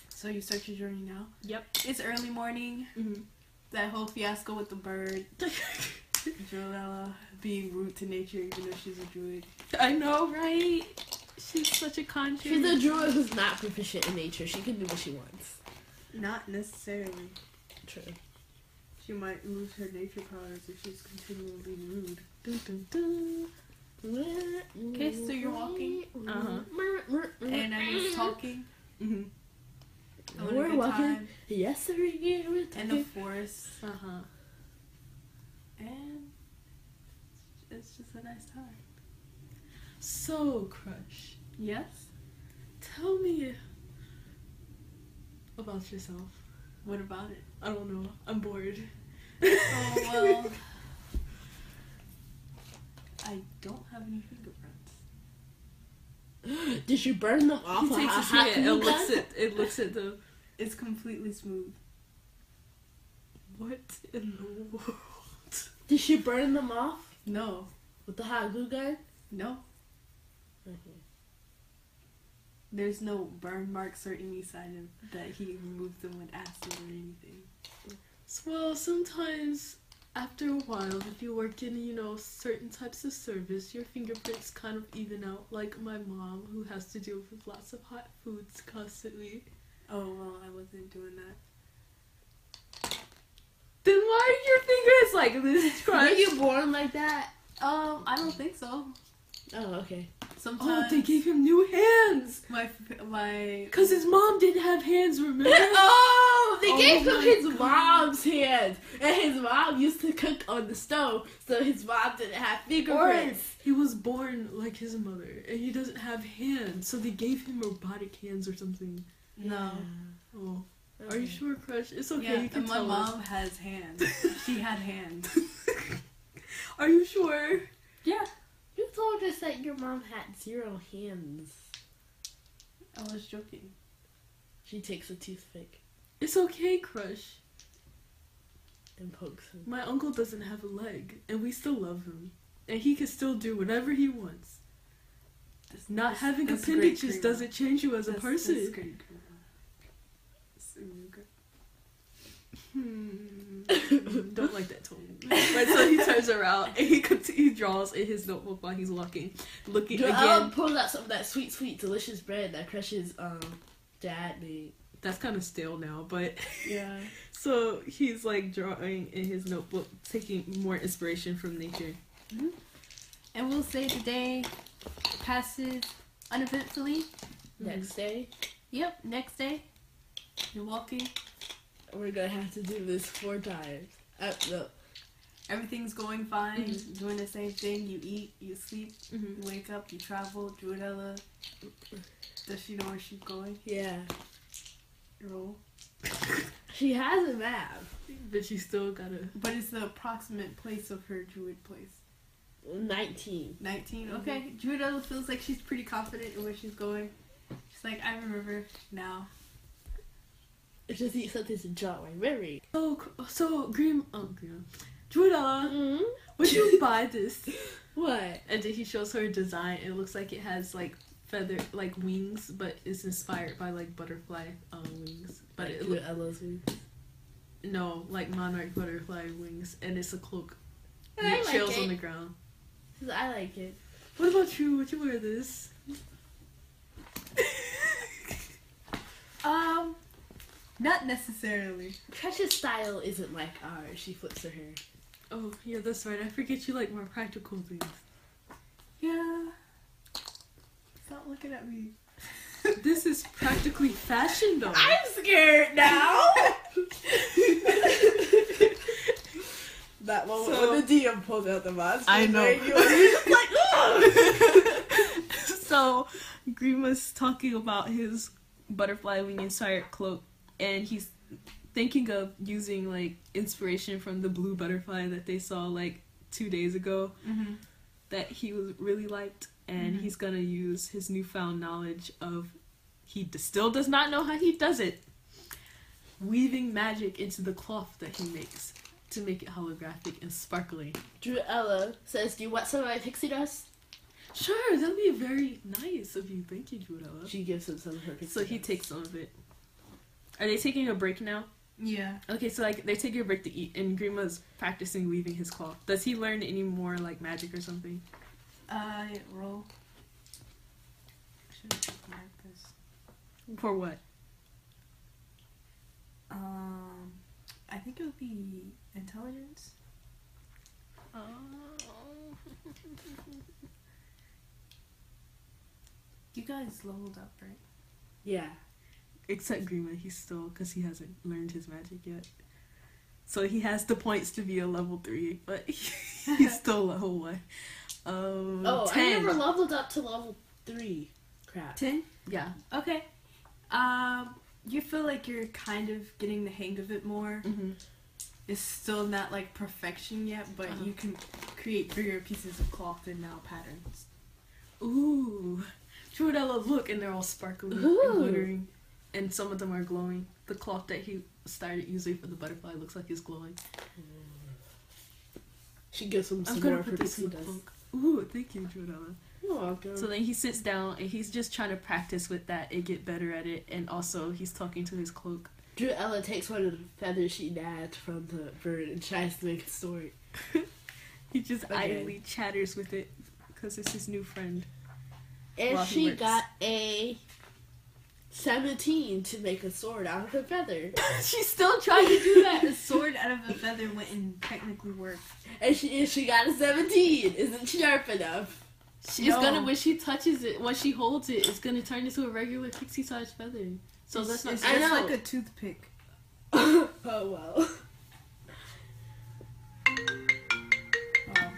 So you start your journey now.
Yep.
It's early morning.
Mhm.
That whole fiasco with the bird. Druidella being rude to nature even though she's a druid.
I know, right? She's such a conjurer.
She's a druid who's not proficient in nature. She can do what she wants.
Not necessarily.
True.
She might lose her nature powers if she's continually rude.
Dun, dun, dun.
Okay,
so you're walking.
Uh-huh.
And I was talking. Mm-hmm.
We're walking. Yes, sir. yeah, we're
in the
talking.
forest,
Uh-huh.
and it's just a nice time.
So crush.
Yes.
Tell me about yourself.
What about it?
I don't know. I'm bored.
Oh well. I don't have any fingerprints.
Did you burn them off?
He
of
takes a
how hot
shit
you
and
got?
looks at it looks at the
It's completely smooth.
what in the world?
Did she burn them off
No,
with the hot glue gun?
no. There's no burn marks or any sign of that he removed them with acid or anything.
So, Well, sometimes after a while, if you work in you know certain types of service, your fingerprints kind of even out. Like my mom, who has to deal with lots of hot foods constantly.
Oh well, I wasn't doing that.
Then why are your fingers like this?
Were
Crush?
you born like that?
Um, I don't think so.
Oh, okay.
oh,
Sometimes
they gave him new hands.
my f- my
Cause his mom didn't have hands, remember?
oh, they
Oh
gave him
my
his mom's hand, and his mom used to cook on the stove, so his mom didn't have fingerprints.
he was born like his mother, and he doesn't have hands, so they gave him robotic hands or something.
no.
Oh, are you sure, Crush? It's okay.
Yeah,
you can
and my
tell us.
mom has hands. she had hands.
Are you sure?
Yeah.
You told us that your mom had zero hands.
I was joking.
She takes a toothpick
It's okay, Crush.
and pokes him.
My uncle doesn't have a leg, and we still love him. And he can still do whatever he wants.
That's
Not
that's-
having
that's great
appendages
creamer.
doesn't change you as a
That's-
person.
That's great creamer. It's really good.
Hmm. Don't like that tone. Right, so he turns around and he cont- he draws in his notebook while he's walking, looking
Joelle
again.
pulls out some of that sweet, sweet, delicious bread that Crush's um dad made.
That's kind of stale now, but
Yeah.
so he's like drawing in his notebook, taking more inspiration from nature.
And we'll say today passes uneventfully.
Mm-hmm. Next day.
Yep, next day. You're walking.
We're gonna have to do this four times. Uh, no.
Everything's going fine. Doing the same thing. You eat, you sleep,
Mhm.
Mm-hmm.
you wake up, you travel. Drudella, does she know where she's going?
Yeah.
Roll.
She has a map.
But she still gotta.
But it's the approximate place of her druid place.
19.
19. Okay. Drudella feels like she's pretty confident in where she's going. She's like, I remember now.
Just eat something to jot my memory.
Oh, cr- so Grim. Oh, Grim. Judah,
Mm-hmm.
would you buy this?
What?
And then he shows her a design. It looks like it has like feather, like wings, but it's inspired by like butterfly uh, wings. But it look
I love you.
no like monarch butterfly wings, and it's a cloak. And
I
it
like
chills
it.
on the ground.
I like it.
What about you? Would you wear this?
Um, not necessarily.
Precious style isn't like ours. She flips her hair.
Oh yeah, that's right. I forget you like more practical things.
Yeah. Stop looking at me.
This is practically fashion though.
scared now. that moment
So-
when the DM pulled out the monster.
I know.
right? You were just like,
so Grima's talking about his butterfly wing inspired cloak and he's thinking of using like inspiration from the blue butterfly that they saw like two days ago
Mm-hmm.
that he was really liked and he's gonna use his newfound knowledge of he d- still does not know how he does it weaving magic into the cloth that he makes to make it holographic and sparkling
Drew Ella says, "Do you want some of my pixie dust?"
sure that'll be very nice of you thank you Judella.
She gives him some of her pixie.
So he
dust.
takes some of it. Are they taking a break now?
Yeah.
Okay, so like they're taking a break to eat, and Grima's practicing weaving his cloth. Does he learn any more like magic or something?
Uh, roll. Should mark this.
For what?
Um, I think it would be intelligence.
Uh,
You guys leveled up, right?
Yeah.
Except Grima, he's still because he hasn't learned his magic yet. So he has the points to be a level three, but he's still level one. Um,
Oh, I
10.
never leveled up to level three. Crap.
Ten.
yeah.
Okay. Um, you feel like you're kind of getting the hang of it more.
hmm
It's still not like perfection yet, but you can create bigger pieces of cloth and now patterns.
Ooh, Trudella, look, and they're all sparkling
Ooh.
and glittering, and some of them are glowing. The cloth that he started using for the butterfly looks like it's glowing.
She gives him
I'm
some more
gonna
of her
put this
pixie
in the
dust.
book. Ooh, thank you, Trudella.
You're welcome.
So then he sits down and he's just trying to practice with that and get better at it, and also he's talking to his cloak.
Drew Ella takes one of the feathers she nabbed from the bird and tries to make a story.
He just
Okay.
idly chatters with it because it's his new friend.
And
While he
she
works.
got a 17 to make a sword out of her feather.
She's still trying to do that. A sword out of a feather wouldn't technically work.
And she and she got a 17. Isn't sharp enough.
She's gonna when she touches it, when she holds it, it's gonna turn into a regular pixie sized feather. So
It's-
that's not.
it's
I
just
know.
like a toothpick.
oh well.
Oh,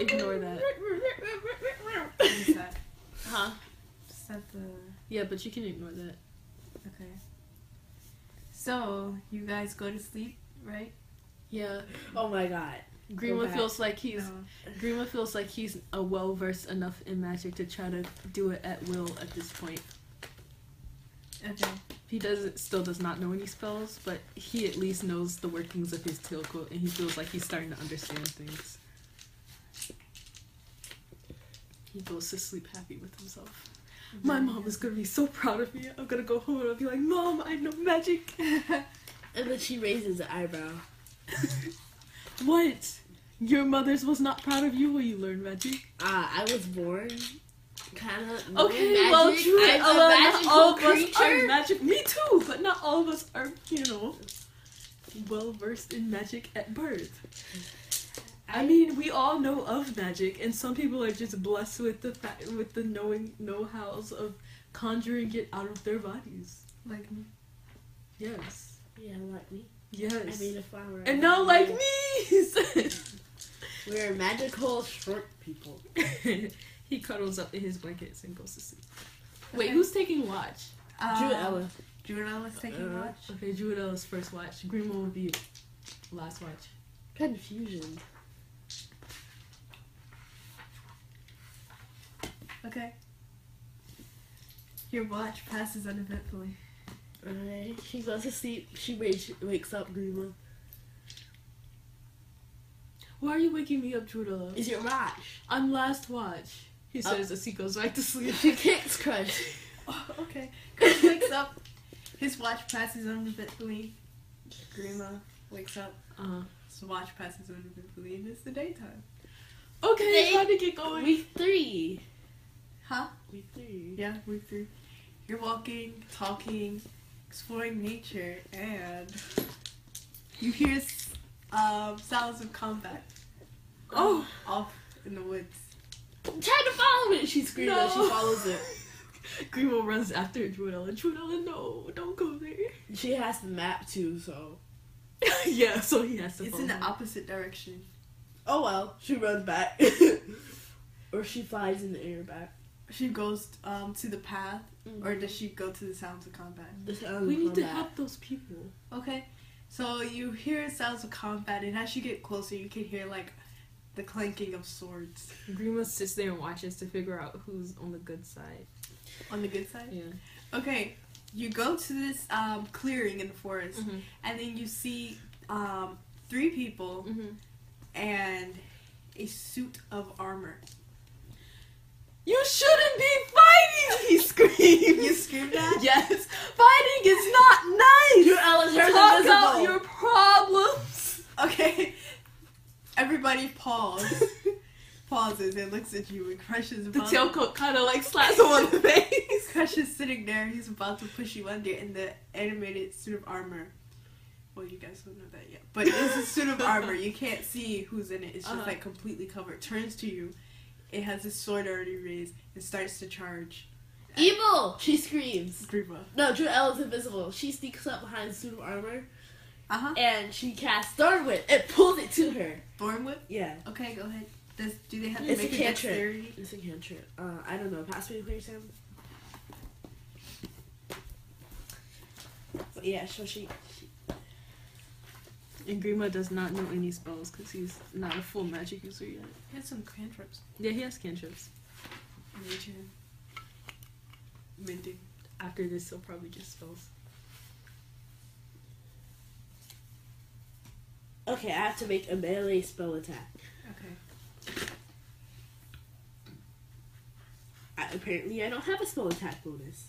Ignore that.
What is that?
Huh?
Is that the
Yeah, but you can ignore that.
okay? So you guys go to sleep, right?
Yeah,
Oh my god.
Grima
Okay.
feels like he's
No.
Grima feels like he's a well versed enough in magic to try to do it at will at this point.
Okay.
He does still does not know any spells, but he at least knows the workings of his tail coat, and he feels like he's starting to understand things. He goes to sleep happy with himself.
My mom is gonna be so proud of me. I'm gonna go home and I'll be like, Mom, I know magic.
And then she raises an eyebrow.
What? Your mother's was not proud of you when you learned magic.
Uh, I was born kind of
Okay, well, true.
I'm
although
a
not all
magical
of us
creature.
are magic. Me too, but not all of us are.
You know, well versed in magic at birth. I mean, we all know of magic, and some people are just blessed with the fa- with the knowing know hows of conjuring it out of their bodies.
Like me.
Yes.
Yeah, like me. I
Yes.
made a flower.
and not like me. he said.
We're magical short people.
he cuddles up in his blankets and goes to sleep. Wait, who's taking watch?
Um,
Drew Ella.
Judella's taking watch.
Okay, Judo's first watch. Grimo will be last watch.
Confusion.
Okay.
Your watch passes uneventfully.
Alright. She goes to sleep. She wakes, wakes up, Grima.
Why are you waking me up, Judo?
Is your watch?
I'm last watch. He
Oh.
says as he goes back to sleep.
Your cake's crushed.
okay. Chris wakes up. His watch passes uneventfully. Grima wakes up.
Uh,
His watch passes uneventfully, and it's the daytime.
okay,
They-
time to get going.
Week three.
Huh?
Week three.
Yeah, we through. You're walking, talking, exploring nature, and you hear s- um, sounds of combat. Oh, off in the woods.
I'm trying to follow it. She screams and
No.
she follows it.
Grimo runs after Judella. Judella, no, don't go there.
She has the map too, so.
yeah, so he has to.
It's
follow
in the
him.
opposite direction.
Oh well. She runs back. or she flies in the air back.
She goes um, to the path, or
Or
does she go to the sounds of combat?
the sound
We
of
need to
combat.
help those people.
Okay, so you hear sounds of combat, and as you get closer, you can hear like the clanking of swords
Grima sits there and watches to figure out who's on the good side.
on the good side.
Yeah.
Okay, you go to this um, clearing in the forest,
Mhm.
and then you see um, three people
Mhm.
and a suit of armor.
You shouldn't be fighting, he screams.
You scream that?
yes. Fighting is not nice.
Your Ella's hair's
Talk out
invisible.
your problems.
Okay, everybody pause, pauses, and looks at you and crushes.
The
about-
tailcoat kind of like slaps him on the face.
Crush is sitting there. He's about to push you under in the animated suit of armor. Well, you guys don't know that yet, but it's a suit of armor. You can't see who's in it. It's just
Uh-huh.
like completely covered. Turns to you. It has his sword already raised and starts to charge
Evil! She screams.
Grima.
No, Drew Ella's invisible. She sneaks up behind the suit of armor
Uh huh.
and she casts Thorn Whip and pulls it to her.
Thorn whip.
Yeah.
Okay, go ahead. Does do they have to
It's
make
a
a
cantrip.
dexterity?
It's a cantrip. Uh, I don't know. Pass me the clear sound. But yeah, so she. she
And Grima does not know any spells because he's not a full magic user yet.
He had some cantrips.
Yeah, he has cantrips.
Nature. Mending.
After this, he'll probably just spells.
okay, I have to make a melee spell attack.
Okay.
I, apparently, I don't have a spell attack bonus.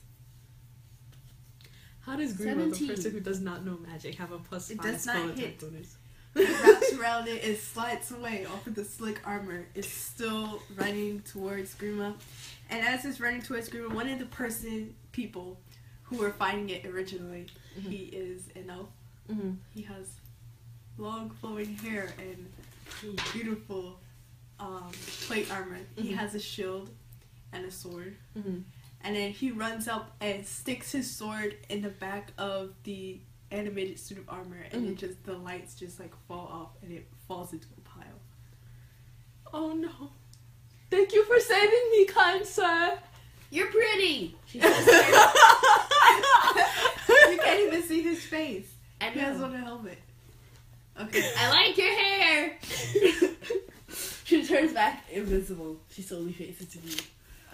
How does Grima, the
17.
person who does not know magic, have a plus
It
five
does
spell
not
attack
hit.
bonus?
It wraps around it and slides away off of the slick armor. It's still running towards Grima. And as it's running towards Grima, one of the person people who were fighting it originally, he is an elf.
Mm-hmm.
He has long flowing hair and beautiful um, plate armor. He
Mhm.
has a shield and a sword.
Mm-hmm.
And then he runs up and sticks his sword in the back of the animated suit of armor, and it just the lights just like fall off, and it falls into a pile.
Oh no. Thank you for saving me, kind sir.
You're pretty! She
you can't even see his face.
I
He has
know.
on a helmet. Okay.
I like your hair! she turns back invisible. She slowly faces to me.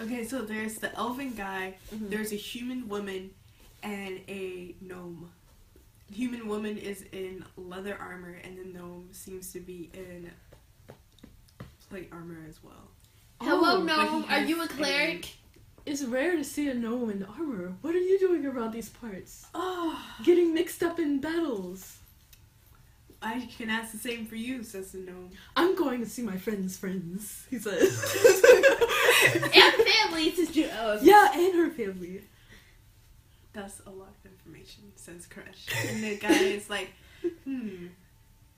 Okay. So there's the elven guy.
Mhm.
There's a human woman, and a gnome. Human woman is in leather armor, and the gnome seems to be in plate armor as well.
Oh,
Hello,
but
gnome.
he
Are
has
you
a-
a cleric?
It's rare to see a gnome in armor. What are you doing around these parts?
Oh.
Getting mixed up in battles.
I can ask the same for you, says the gnome.
I'm going to see my friend's friends, he says.
and family to do. Oh,
yeah, and her family.
That's a lot of information, says Crush. And the guy is like, hmm,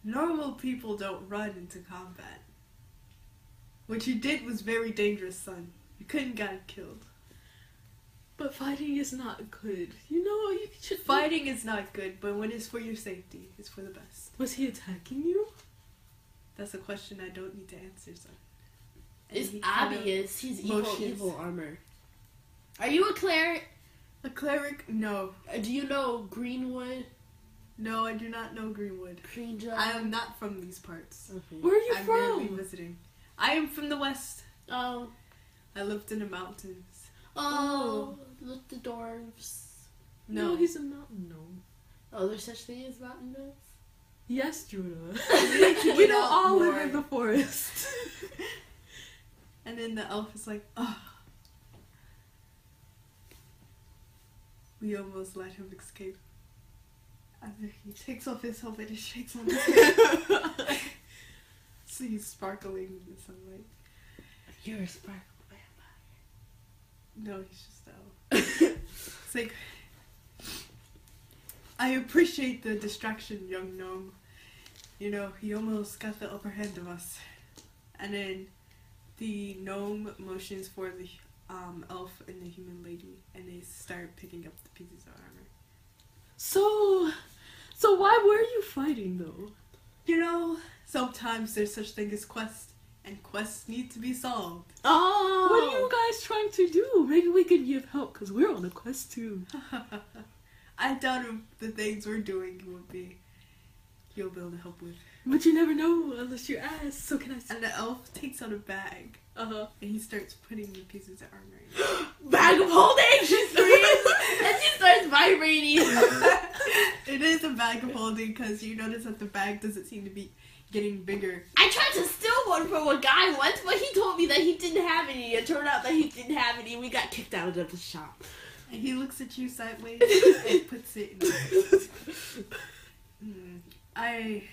normal people don't run into combat. What you did was very dangerous, son. You couldn't got killed.
But fighting is not good. You know, you should.
Fighting is not good, but when it's for your safety, it's for the best.
Was he attacking you?
That's a question I don't need to answer, son. And
It's
he kinda-
obvious he's evil,
motions.
evil armor. Are you a cleric?
A cleric? No.
Uh, Do you know Greenwood?
No, I do not know Greenwood.
Greenjob?
I am not from these parts.
Okay.
Where are you
I'm merely
from?
visiting. I am from the west.
Oh,
I lived in the mountains.
oh, look the dwarves.
No,
he's a mountain gnome.
Oh, there's such thing as mountain gnomes?
Yes, Judah.
Get
we don't
out
all
more.
live in the forest.
And then the elf is like, oh. We almost let him escape. And then he takes off his helmet and shakes on his head. so he's sparkling in the sunlight.
You're a sparkle vampire.
No, he's just the elf. it's like, I appreciate the distraction, young gnome. You know, he almost got the upper hand of us. And then the gnome motions for the um, elf and the human lady, and they start picking up the pieces of armor.
so, so why were you fighting though?
You know, sometimes there's such thing as quests, and quests need to be solved.
Oh!
What are you guys trying to do? Maybe we can give help because we're on a quest too.
I doubt if the things we're doing would be you'll be able to help with.
But you never know unless you ask. So can I?
And the elf takes out a bag
Uh huh.
and he starts putting the pieces of armor. in.
Bag of holding! She screams and she starts vibrating.
It is a bag of holding because you notice that the bag doesn't seem to be getting bigger.
I tried to steal one from a guy once, but he told me that he didn't have any. It turned out that he didn't have any. We got kicked out of the shop.
And he looks at you sideways and puts it in. Hmm. I.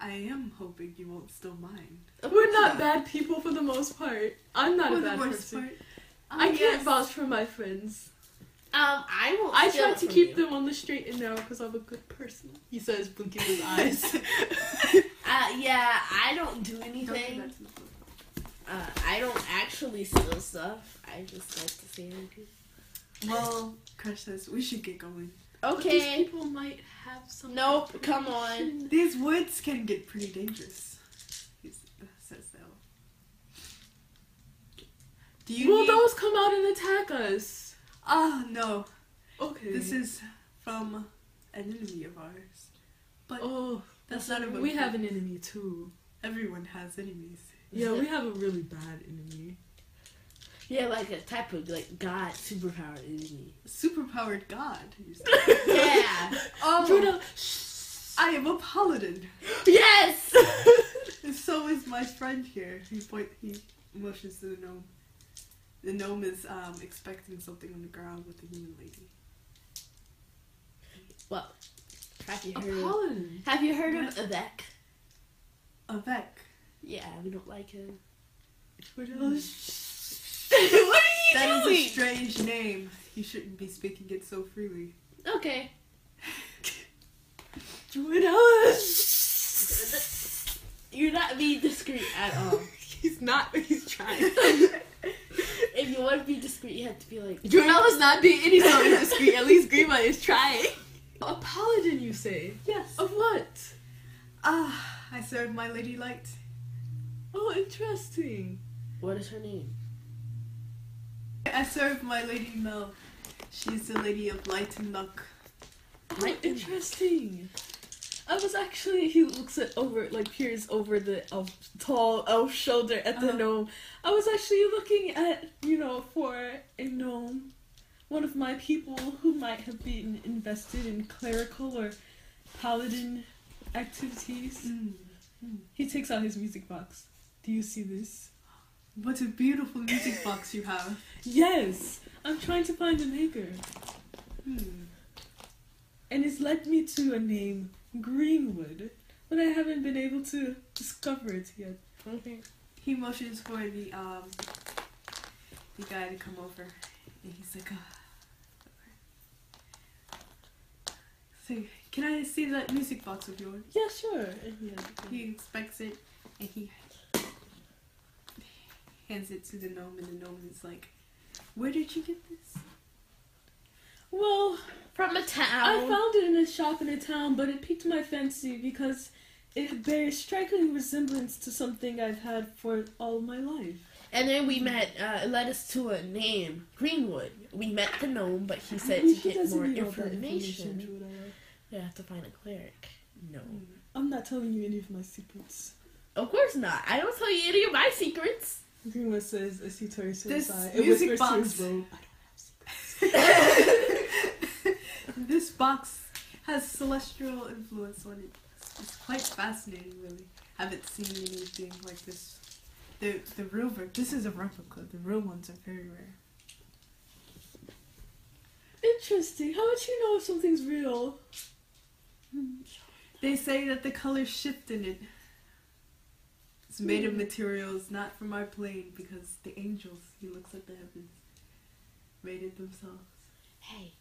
I am hoping you won't steal mine.
We're
Um,
not bad people for the most part. I'm not
For
a
the
bad
most
person.
part.
I
Um,
can't
yes.
vouch for my friends.
Um, I won't.
I
steal
try
it
to
from you.
keep them on the straight and narrow because I'm a good person. He says, blinking his eyes.
Uh, yeah, I don't do
Don't do
anything.
that to me.
uh, I don't actually steal stuff. I just like to say anything.
Well, Crush says we should get going.
These
Okay.
people might have some.
Nope. Come on.
These woods can get pretty dangerous. He s- says the elf. Do you
Will
need-
those come out and attack us?
Ah, no.
Okay.
This is from an enemy of ours.
Oh,
That's not about
we
you.
have an enemy too.
Everyone has enemies.
Yeah, we have a really bad enemy.
Yeah, like a type of like god superpower enemy.
Superpowered god. you say.
Yeah.
oh,
Judah,
I am a paladin.
yes.
And so is my friend here. He point. He motions to the gnome. The gnome is um, expecting something on the ground with the human lady.
well, have you
a
heard?
paladin.
have you heard of Avec?
Avec.
Yeah, we don't like him.
Judah,
what are you
That is
doing?
a strange name. You shouldn't be speaking it so freely.
okay. You're not being discreet at all.
He's not. He's trying.
if you want to be discreet, you have to be like.
Juno's not being any sort of discreet. At least Grima is trying. A paladin, you say?
Yes.
Of what?
Ah, I serve my lady light.
Oh, interesting.
What is her name?
I serve my lady Mel. She's the lady of light and luck.
Oh, interesting. I was actually. He looks at over, like peers over the elf, tall elf shoulder at the
Uh-huh.
gnome. I was actually looking at you know for a gnome, one of my people who might have been invested in clerical or paladin activities.
Hmm.
He takes out his music box. Do you see this?
What a beautiful music box you have.
Yes! I'm trying to find a maker.
Hmm.
And it's led me to a name, Greenwood. But I haven't been able to discover it yet.
He motions for the um the guy to come over, and he's like, uh, "Ah." So, can I see that music box of yours?
Yeah, sure. And he-
He inspects it, and he hands it to the gnome, and the gnome is like, Where did you get this?
Well,
From a
I
town.
found it in a shop in a town, but it piqued my fancy because it bears striking resemblance to something I've had for all my life.
And then we met, uh, it led us to a name, Greenwood. We met the gnome, but he said to
She
get
doesn't
more
need all that
information.
information, Jordan.
You have to find a cleric. No.
I'm not telling you any of my secrets.
Of course not. I don't tell you any of my secrets.
Greenwood says as he turns to
This
his side
music
whispers to
box.
his robe.
this box has celestial influence on it. It's quite fascinating, really. Haven't seen anything like this. The the real ver- this is a replica. The real ones are very rare.
Interesting. How would you know if something's real?
They say that the colors shift in it. It's made of materials not from our plane because the angels, he looks at the heavens, made it themselves.
Hey,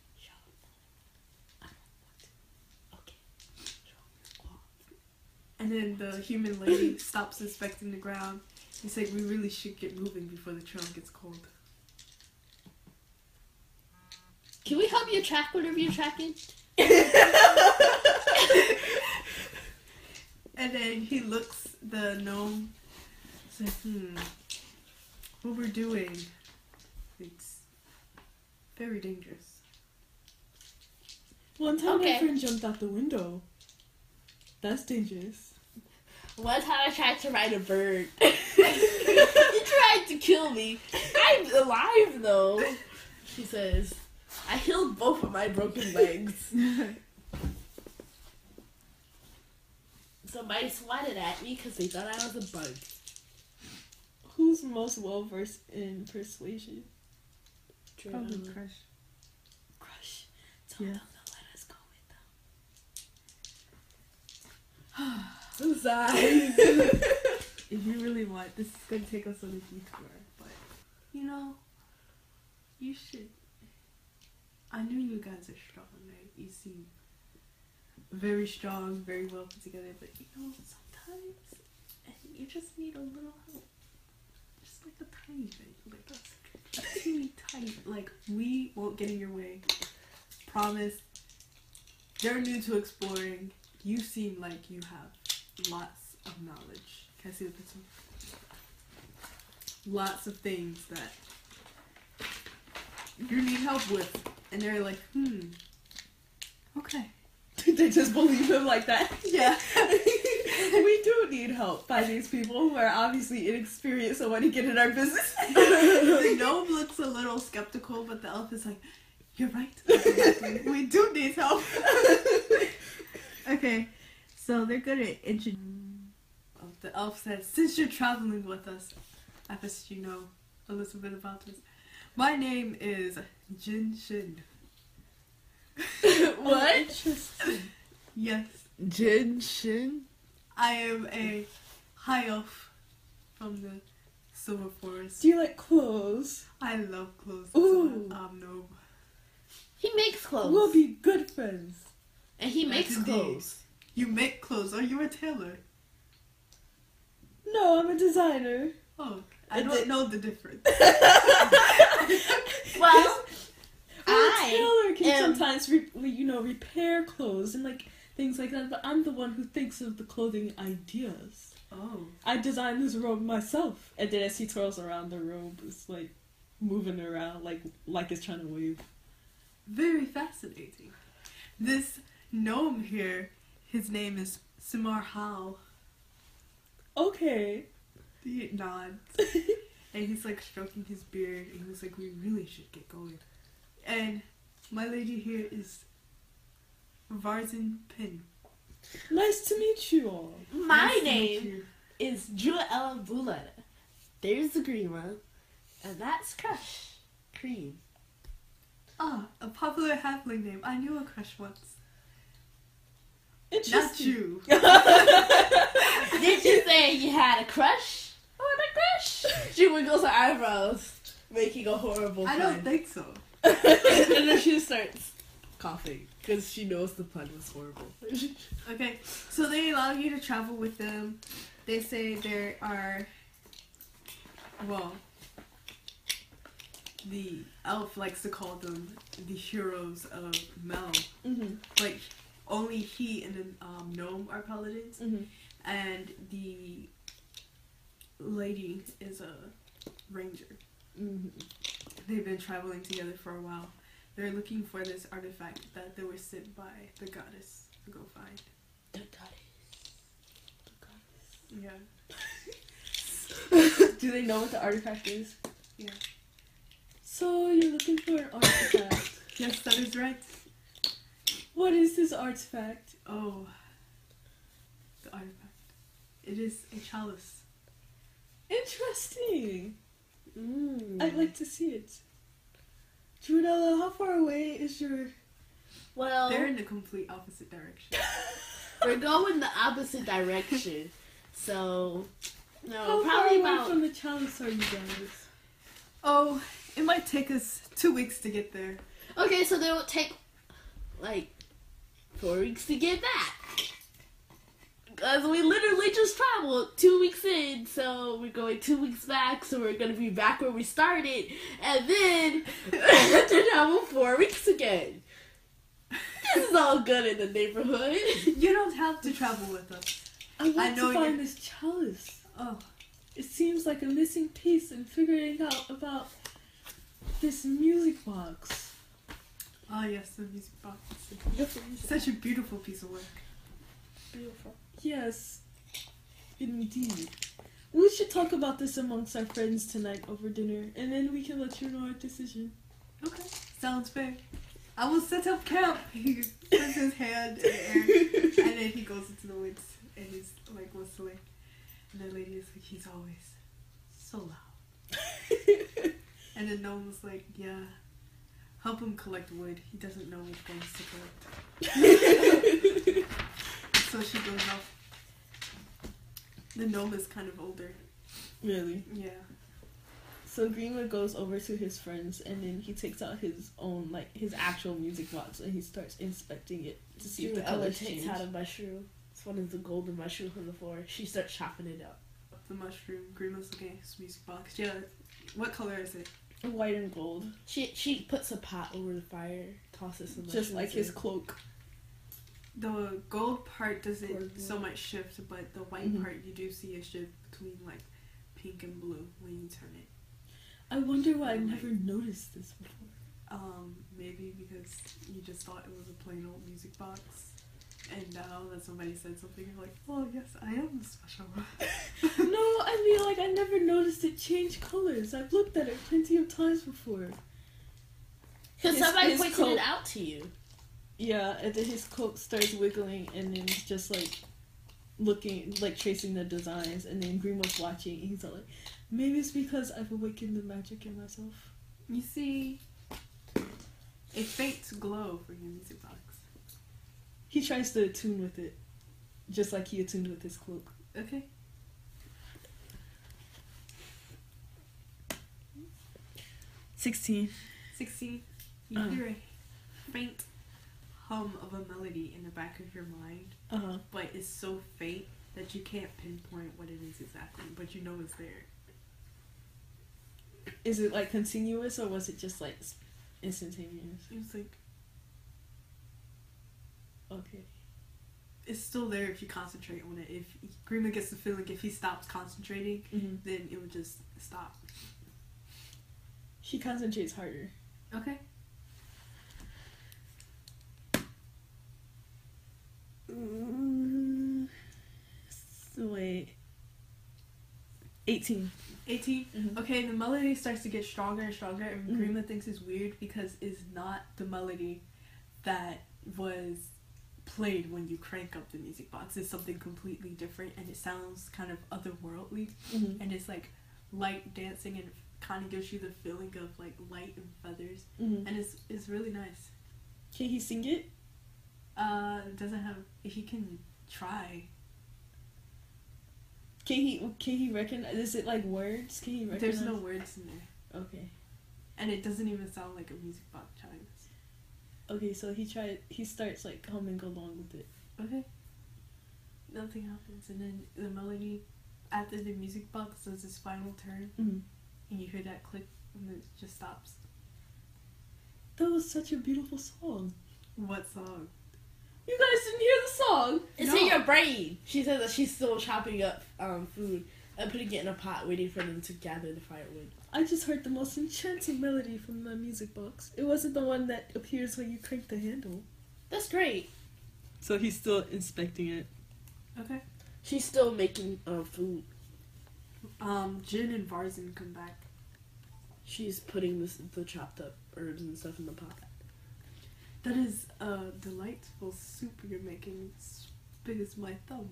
Uh, show
And then the human lady stops inspecting the ground. He's like, we really should get moving before the trail gets cold.
Can we help you track whatever you're tracking?
And then he looks the gnome. He's like, hmm, what we're doing, it's very dangerous.
One time my
Okay.
friend jumped out the window. That's dangerous.
One time I tried to ride a bird. he tried to kill me. I'm alive though. She says, I healed both of my broken legs. Somebody swatted at me because they thought I was a bug.
Who's most well versed in persuasion?
Probably
Jordan.
crush.
Crush. Tell
Yeah.
them to let us go with them.
If you really want, this is gonna take us on a detour, but you know, you should. I knew you guys are strong, right? You seem very strong, very well put together, but you know, sometimes you just need a little help. Just like a tiny bit, like us. a teeny tiny. Like, we won't get in your way. Promise. They're new to exploring. You seem like you have lots of knowledge. Can I see the pencil? Lots of things that you need help with. And they're like, hmm. Okay.
they just believe him like that.
Yeah.
we do need help by these people who are obviously inexperienced and want to get in our business.
the gnome looks a little skeptical, but the elf is like, "You're right. we do need help."
Oh,
Okay, so they're good at introducing.
Oh, the elf says, "Since you're traveling with us, I guess you know a little bit about this. My name is Jin Shin.
what?
Yes,
Jin Shin?
I am a high elf from the Silver Forest.
do you like clothes?
I love clothes.
Ooh.
Um, no.
He makes clothes.
We'll be good friends.
and he makes
Indeed.
clothes.
You make clothes. Are you a tailor?
No, I'm a designer.
Oh, I
And
don't
the-
know the difference.
Well,
I
I
tailor can
am-
sometimes, re- you know, repair clothes and like things like that. But I'm the one who thinks of the clothing ideas.
oh,
I designed this robe myself, and then as he twirls around the robe, it's like moving around, like like it's trying to wave.
very fascinating. This gnome here, his name is Simar Hal.
Okay,
He nods. and he's like stroking his beard and he's like, We really should get going. And my lady here is Varzin Pin.
nice to meet you all.
My
Nice to meet
name
you.
is Joella Buletta. There's the green one. And that's Crush. Cream.
Ah, a popular halfling name. I knew a crush once. Not
Interesting.
you.
Did you say you had a crush? I want a crush. She wiggles her eyebrows, making a horrible.
I don't think so.
and then she starts coughing because she knows the pun was horrible. Mm-hmm.
Okay, so they allow you to travel with them. They say there are, well, the elf likes to call them the heroes of Mel. Like only he and the um, gnome are paladins,
Mhm.
and the lady is a ranger. They've been traveling together for a while. They're looking for this artifact that they were sent by the goddess to go find. Yeah.
Do they know what the artifact is?
Yeah.
So you're looking for an artifact.
Yes, that is right.
what is this artifact?
Oh, the artifact. It is a chalice.
Interesting.
Mm.
I'd like to see it. Junella, how far away is your?
Well,
They're in the complete opposite direction.
we're going the opposite direction. So,
How
no,
far
Oh, probably
away
about.
from the chalice are you guys?
Oh, it might take us two weeks to get there.
Okay, so they will take like four weeks to get back. Because we literally just traveled two weeks in, so we're going two weeks back, so we're gonna be back where we started, and then to travel four weeks again. This is all good in the neighborhood.
You don't have to travel with us.
I want
know
to find
you-
this chalice.
Oh,
It seems like a missing piece in figuring out about this music box.
oh yes, the music box. Such a beautiful piece of work.
Beautiful. Yes, indeed. We should talk about this amongst our friends tonight over dinner, and then we can let you know our decision.
Okay, sounds fair. I will set up camp. He puts his hand in the air, and then he goes into the woods, and he's like whistling. And the lady is like, he's always so loud. And then Noam was like, yeah, help him collect wood. He doesn't know which ones to collect. so she goes off. The gnome is kind of older.
really?
Yeah.
So Greenwood goes over to his friends, and then he takes out his own, like his actual music box, and he starts inspecting it to see if the
Ella
colors
takes
change.
out a mushroom. It's one of the golden mushrooms on the floor. She starts chopping it up.
The mushroom, green was looking at his music box. Yeah. What color is it?
White and gold,
She she puts a pot over the fire, tosses some
just
mushrooms
like his
in.
cloak.
The gold part doesn't
Or blue.
so much shift, but the white
Mhm.
part you do see a shift between like pink and blue when you turn it.
I wonder why I never noticed this before.
Um, maybe because you just thought it was a plain old music box. And now that somebody said something, you're like, oh, yes, I am the special one.
no, I mean like I never noticed it change colors. I've looked at it plenty of times before.
Because
His-
somebody
his
pointed
coat.
it out to you.
Yeah, and then his coat starts wiggling, and then just like looking, like tracing the designs, and then Green was watching, and he's all like, maybe it's because I've awakened the magic in myself.
You see a faint glow from your music box.
He tries to attune with it, just like he attuned with his cloak.
Okay.
Sixteen.
16. You
Uh-huh.
hear a faint hum of a melody in the back of your mind,
Uh huh.
but it's so faint that you can't pinpoint what it is exactly, but you know it's there.
Is it like continuous, or was it just like s- instantaneous?
It's like,
Okay.
it's still there if you concentrate on it. If Grima gets the feeling, if he stops concentrating,
Mm-hmm.
then it would just stop.
She concentrates harder.
Okay.
Mm, so wait. 18.
18.
Mhm.
Okay, the melody starts to get stronger and stronger, and
Mhm.
Grima thinks it's weird because it's not the melody that was played when you crank up the music box. It's something completely different, and it sounds kind of otherworldly,
Mm-hmm.
and it's like light dancing, and kind of gives you the feeling of like light and feathers,
Mm-hmm.
and it's it's really nice.
Can he sing it?
Uh, it doesn't have if he can try.
Can he can he recognize is it like words? Can he recognize
There's no words in there,
Okay.
and it doesn't even sound like a music box chimes.
Okay, so he tried he starts like humming along with it.
Okay. Nothing happens, and then the melody after the music box does its final turn,
Mm-hmm.
and you hear that click and then it just stops.
That was such a beautiful song.
What song?
You guys didn't hear the song.
It's in your brain.
She says that she's still chopping up um, food and putting it in a pot, waiting for them to gather the firewood.
I just heard the most enchanting melody from my music box. It wasn't the one that appears when you crank the handle.
That's great.
So he's still inspecting it.
Okay.
She's still making um, food.
Um, Jin and Varzin come back.
She's putting this, the chopped up herbs and stuff in the pot.
That is a delightful soup you're making. It's big as my thumb.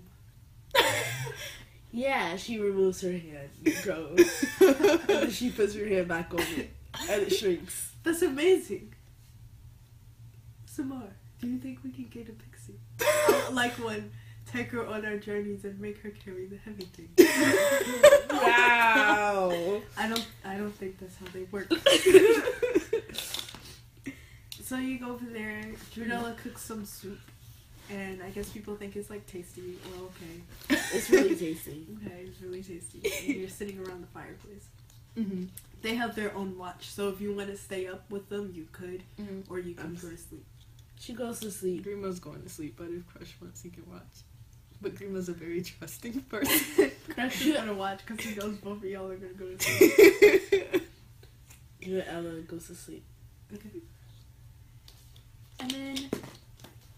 Yeah, she removes her hand. Gross. and then she puts her hand back on it, and it shrinks.
That's amazing. Samar, do you think we can get a pixie? I would like one. Take her on our journeys and make her carry the heavy thing.
Wow.
I don't. I don't think that's how they work. so you go over there. Drunella cooks some soup, and I guess people think it's like tasty. Well, okay,
it's really tasty.
okay, it's really tasty. And you're sitting around the fireplace.
Mm-hmm.
They have their own watch, so if you want to stay up with them, you could,
Mhm.
or you can
Um,
go to sleep.
She goes to sleep.
Grima's going to sleep, but if Crush wants, he can watch. But Grima's a very trusting person.
Crush is gonna watch because he knows both of y'all are gonna go to sleep.
You know, Ella goes to sleep.
Okay. And then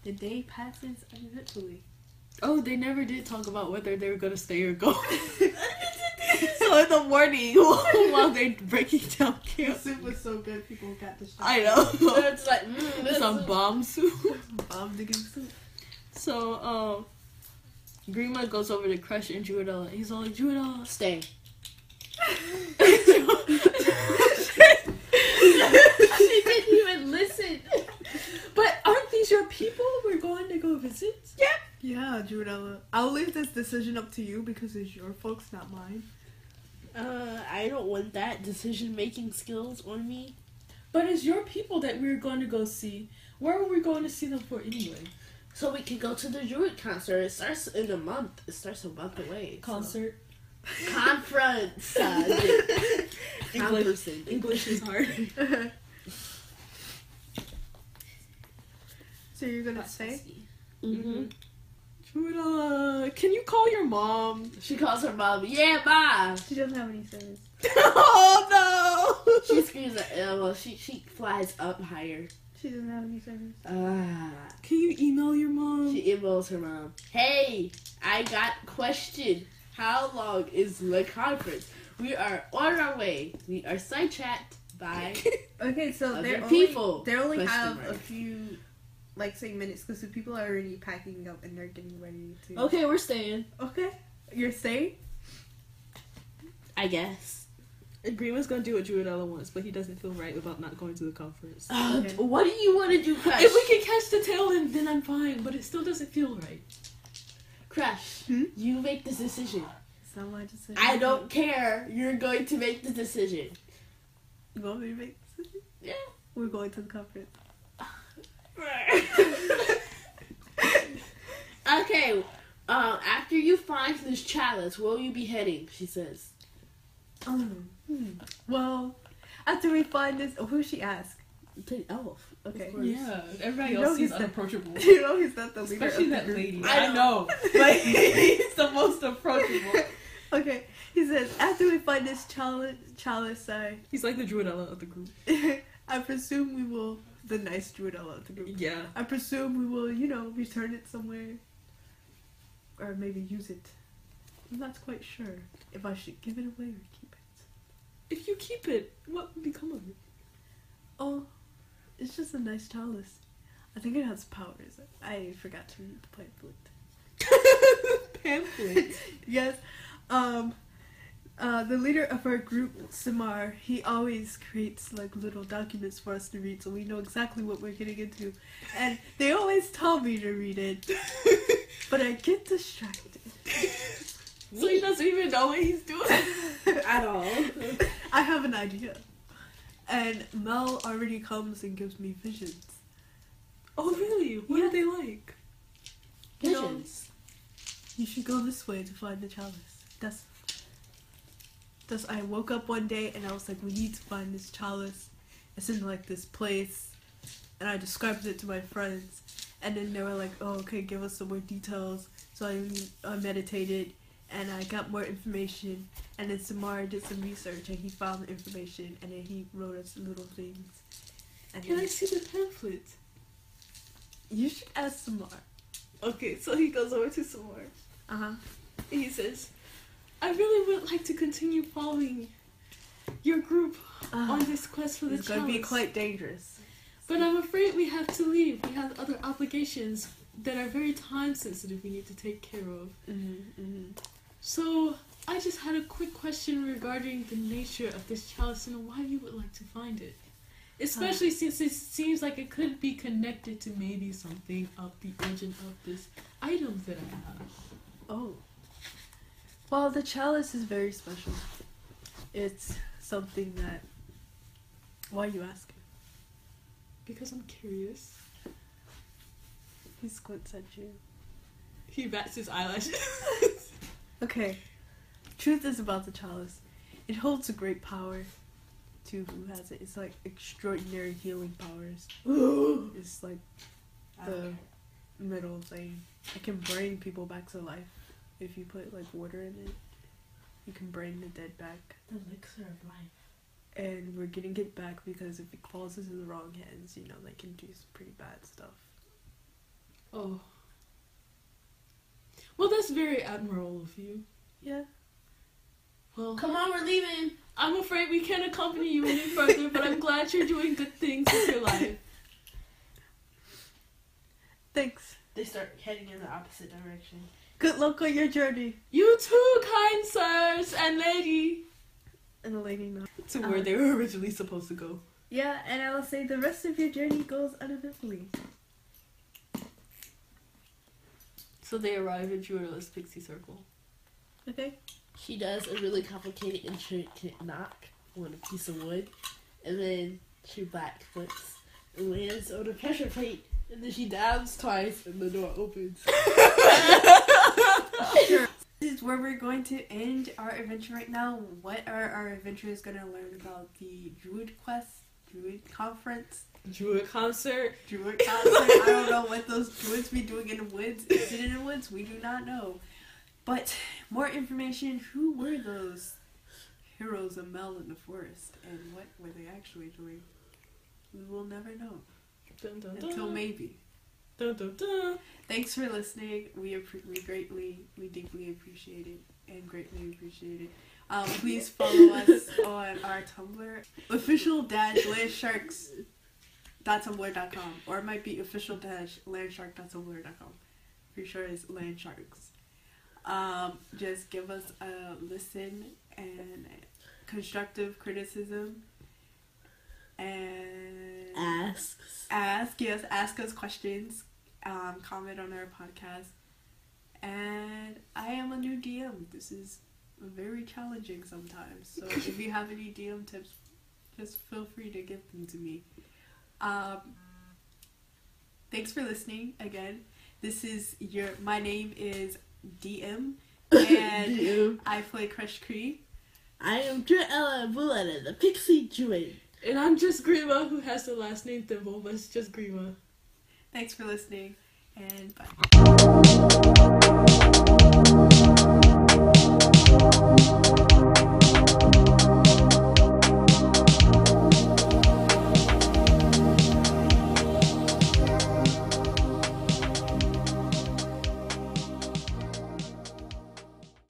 the day passes uneventfully.
oh, they never did talk about whether they were going to stay or go.
so in the morning, while they're breaking down
The
camp,
soup was so good, people got
I
distracted.
know.
It's like, mm, this
Some
is
bomb soup.
Bob Diggins soup.
So, um, Grima goes over to Crush and Juadella. He's all like, Juadella,
Stay.
she didn't even listen. But aren't these your people we're going to go visit?
Yeah, Judella. I'll leave this decision up to you because it's your folks, not mine.
Uh, I don't want that decision making skills on me.
But it's your people that we're going to go see. Where were we going to see them for anyway?
So we can go to the Druid concert. It starts in a month. It starts a month away. so-
Concert.
Conference. Uh, English.
English is hard.
So you're gonna stay?
Mm-hmm.
Juadella, can you call your mom?
She calls her mom. Yeah, bye.
She doesn't have any service.
oh, no!
She screams at Ella. She she flies up higher.
She doesn't have any service.
Ah.
Can you email your mom?
She emails her mom. Hey, I got question. How long is the conference? We are on our way. We are sidetracked by
Okay, so
Other
they're Only,
people,
they only
question
have a
mark.
few, like say minutes, because the people are already packing up and they're getting ready to.
Okay, we're staying.
Okay. You're safe.
I guess.
Grima's gonna do what Juadella wants, but he doesn't feel right about not going to the conference.
Uh,
Okay.
What do you want to do, Crush?
If we can catch the tail end, then I'm fine, but it still doesn't feel right.
Crush,
Hmm?
you make this decision.
It's not my decision.
I don't care. You're going to make the decision.
You want me to make the decision?
Yeah.
We're going to the conference.
Okay. Um, after you find this chalice, where will you be heading? She says.
Um, hmm. Well, after we find this, oh, who she asked?
The elf.
Okay.
course.
Yeah, everybody
You know
else
he's
is
the-
unapproachable.
you know he's not the leader. of
Especially
the
that
group.
lady.
I
I know. Like, he's the most approachable.
Okay. He says after we find this chalice, chalice, I,
He's like the Druidella of the group.
I presume we will the nice Druidella of the group.
Yeah.
I presume we will, you know, return it somewhere. Or maybe use it. I'm not quite sure if I should give it away or keep it.
If you keep it, what will become of it?
Oh, it's just a nice chalice. I think it has powers. I forgot to read the pamphlet.
Pamphlet.
Yes. Um, uh, the leader of our group, Samar, he always creates like little documents for us to read so we know exactly what we're getting into. And they always tell me to read it, but I get distracted.
so he doesn't even know what he's doing.
At all.
I have an idea. And Mel already comes and gives me visions.
Oh, really? What are they like?
Pigeons. You should go this way to find the chalice. That's
Thus, I woke up one day and I was like, we need to find this chalice. It's in like this place. And I described it to my friends. And then they were like, oh, okay, give us some more details. So I, I meditated and I got more information. And then Samara did some research and he found the information and then he wrote us little things. And
Can I
then-
see the pamphlet?
you should ask Samara.
Okay, so he goes over to some more.
Uh huh.
He says, I really would like to continue following your group on this quest for the
It's going to be
chalice.
quite dangerous.
But I'm afraid we have to leave. We have other obligations that are very time sensitive we need to take care of. So I just had a quick question regarding the nature of this chalice and why you would like to find it. Especially since it seems like it could be connected to maybe something of the origin of this item that I have.
Oh. Well, the chalice is very special. It's something that. Why are you asking?
Because I'm curious.
He squints at you.
He bats his eyelashes.
Okay. Truth is about the chalice. It holds a great power to who has it. It's like extraordinary healing powers. it's like the middle thing. It can bring people back to life. If you put like water in it, you can bring the dead back.
The elixir of life.
and we're getting it back because if it falls into the wrong hands, you know, they can do some pretty bad stuff.
Oh. Well, that's very admirable of you.
Yeah.
Well,
Come on, we're leaving.
I'm afraid we can't accompany you any further, but I'm glad you're doing good things with your life.
Thanks.
They start heading in the opposite direction.
Good luck on your journey.
You too, kind sirs and lady.
And the lady nods.
To where they were originally supposed to go.
Yeah, and I will say the rest of your journey goes uneventfully.
So they arrive at Jewel's pixie circle.
Okay.
She does a really complicated intricate knock on a piece of wood, and then she backflips and lands on a pressure plate, and then she dives twice, and the door opens.
This is where we're going to end our adventure right now. What are our adventurers going to learn about the Druid Quest, Druid Conference,
Jewel concert.
Druid Concert? I don't know what those druids be doing in the woods. Is it in the woods? We do not know. But more information who were those heroes of Mel in the forest and what were they actually doing? We will never know
Dun, dun, dun.
until maybe.
Dun, dun, dun.
Thanks for listening. We appre- we greatly, we deeply appreciate it and greatly appreciate it. Um, please follow us on our Tumblr, official dash landsharks dot tumblr.com or it might be official dash landshark dot tumblr.com. Pretty sure it's landsharks. Um, just give us a listen and constructive criticism and
Asks.
ask yes ask us questions um, comment on our podcast and i am a new dm this is very challenging sometimes so if you have any dm tips just feel free to give them to me um, thanks for listening again this is your my name is dm and
You.
i play crush cree
I am Joella Buletta, the pixie druid.
And I'm just Grima, who has the last name Thimble, but it's just Grima.
thanks for listening and bye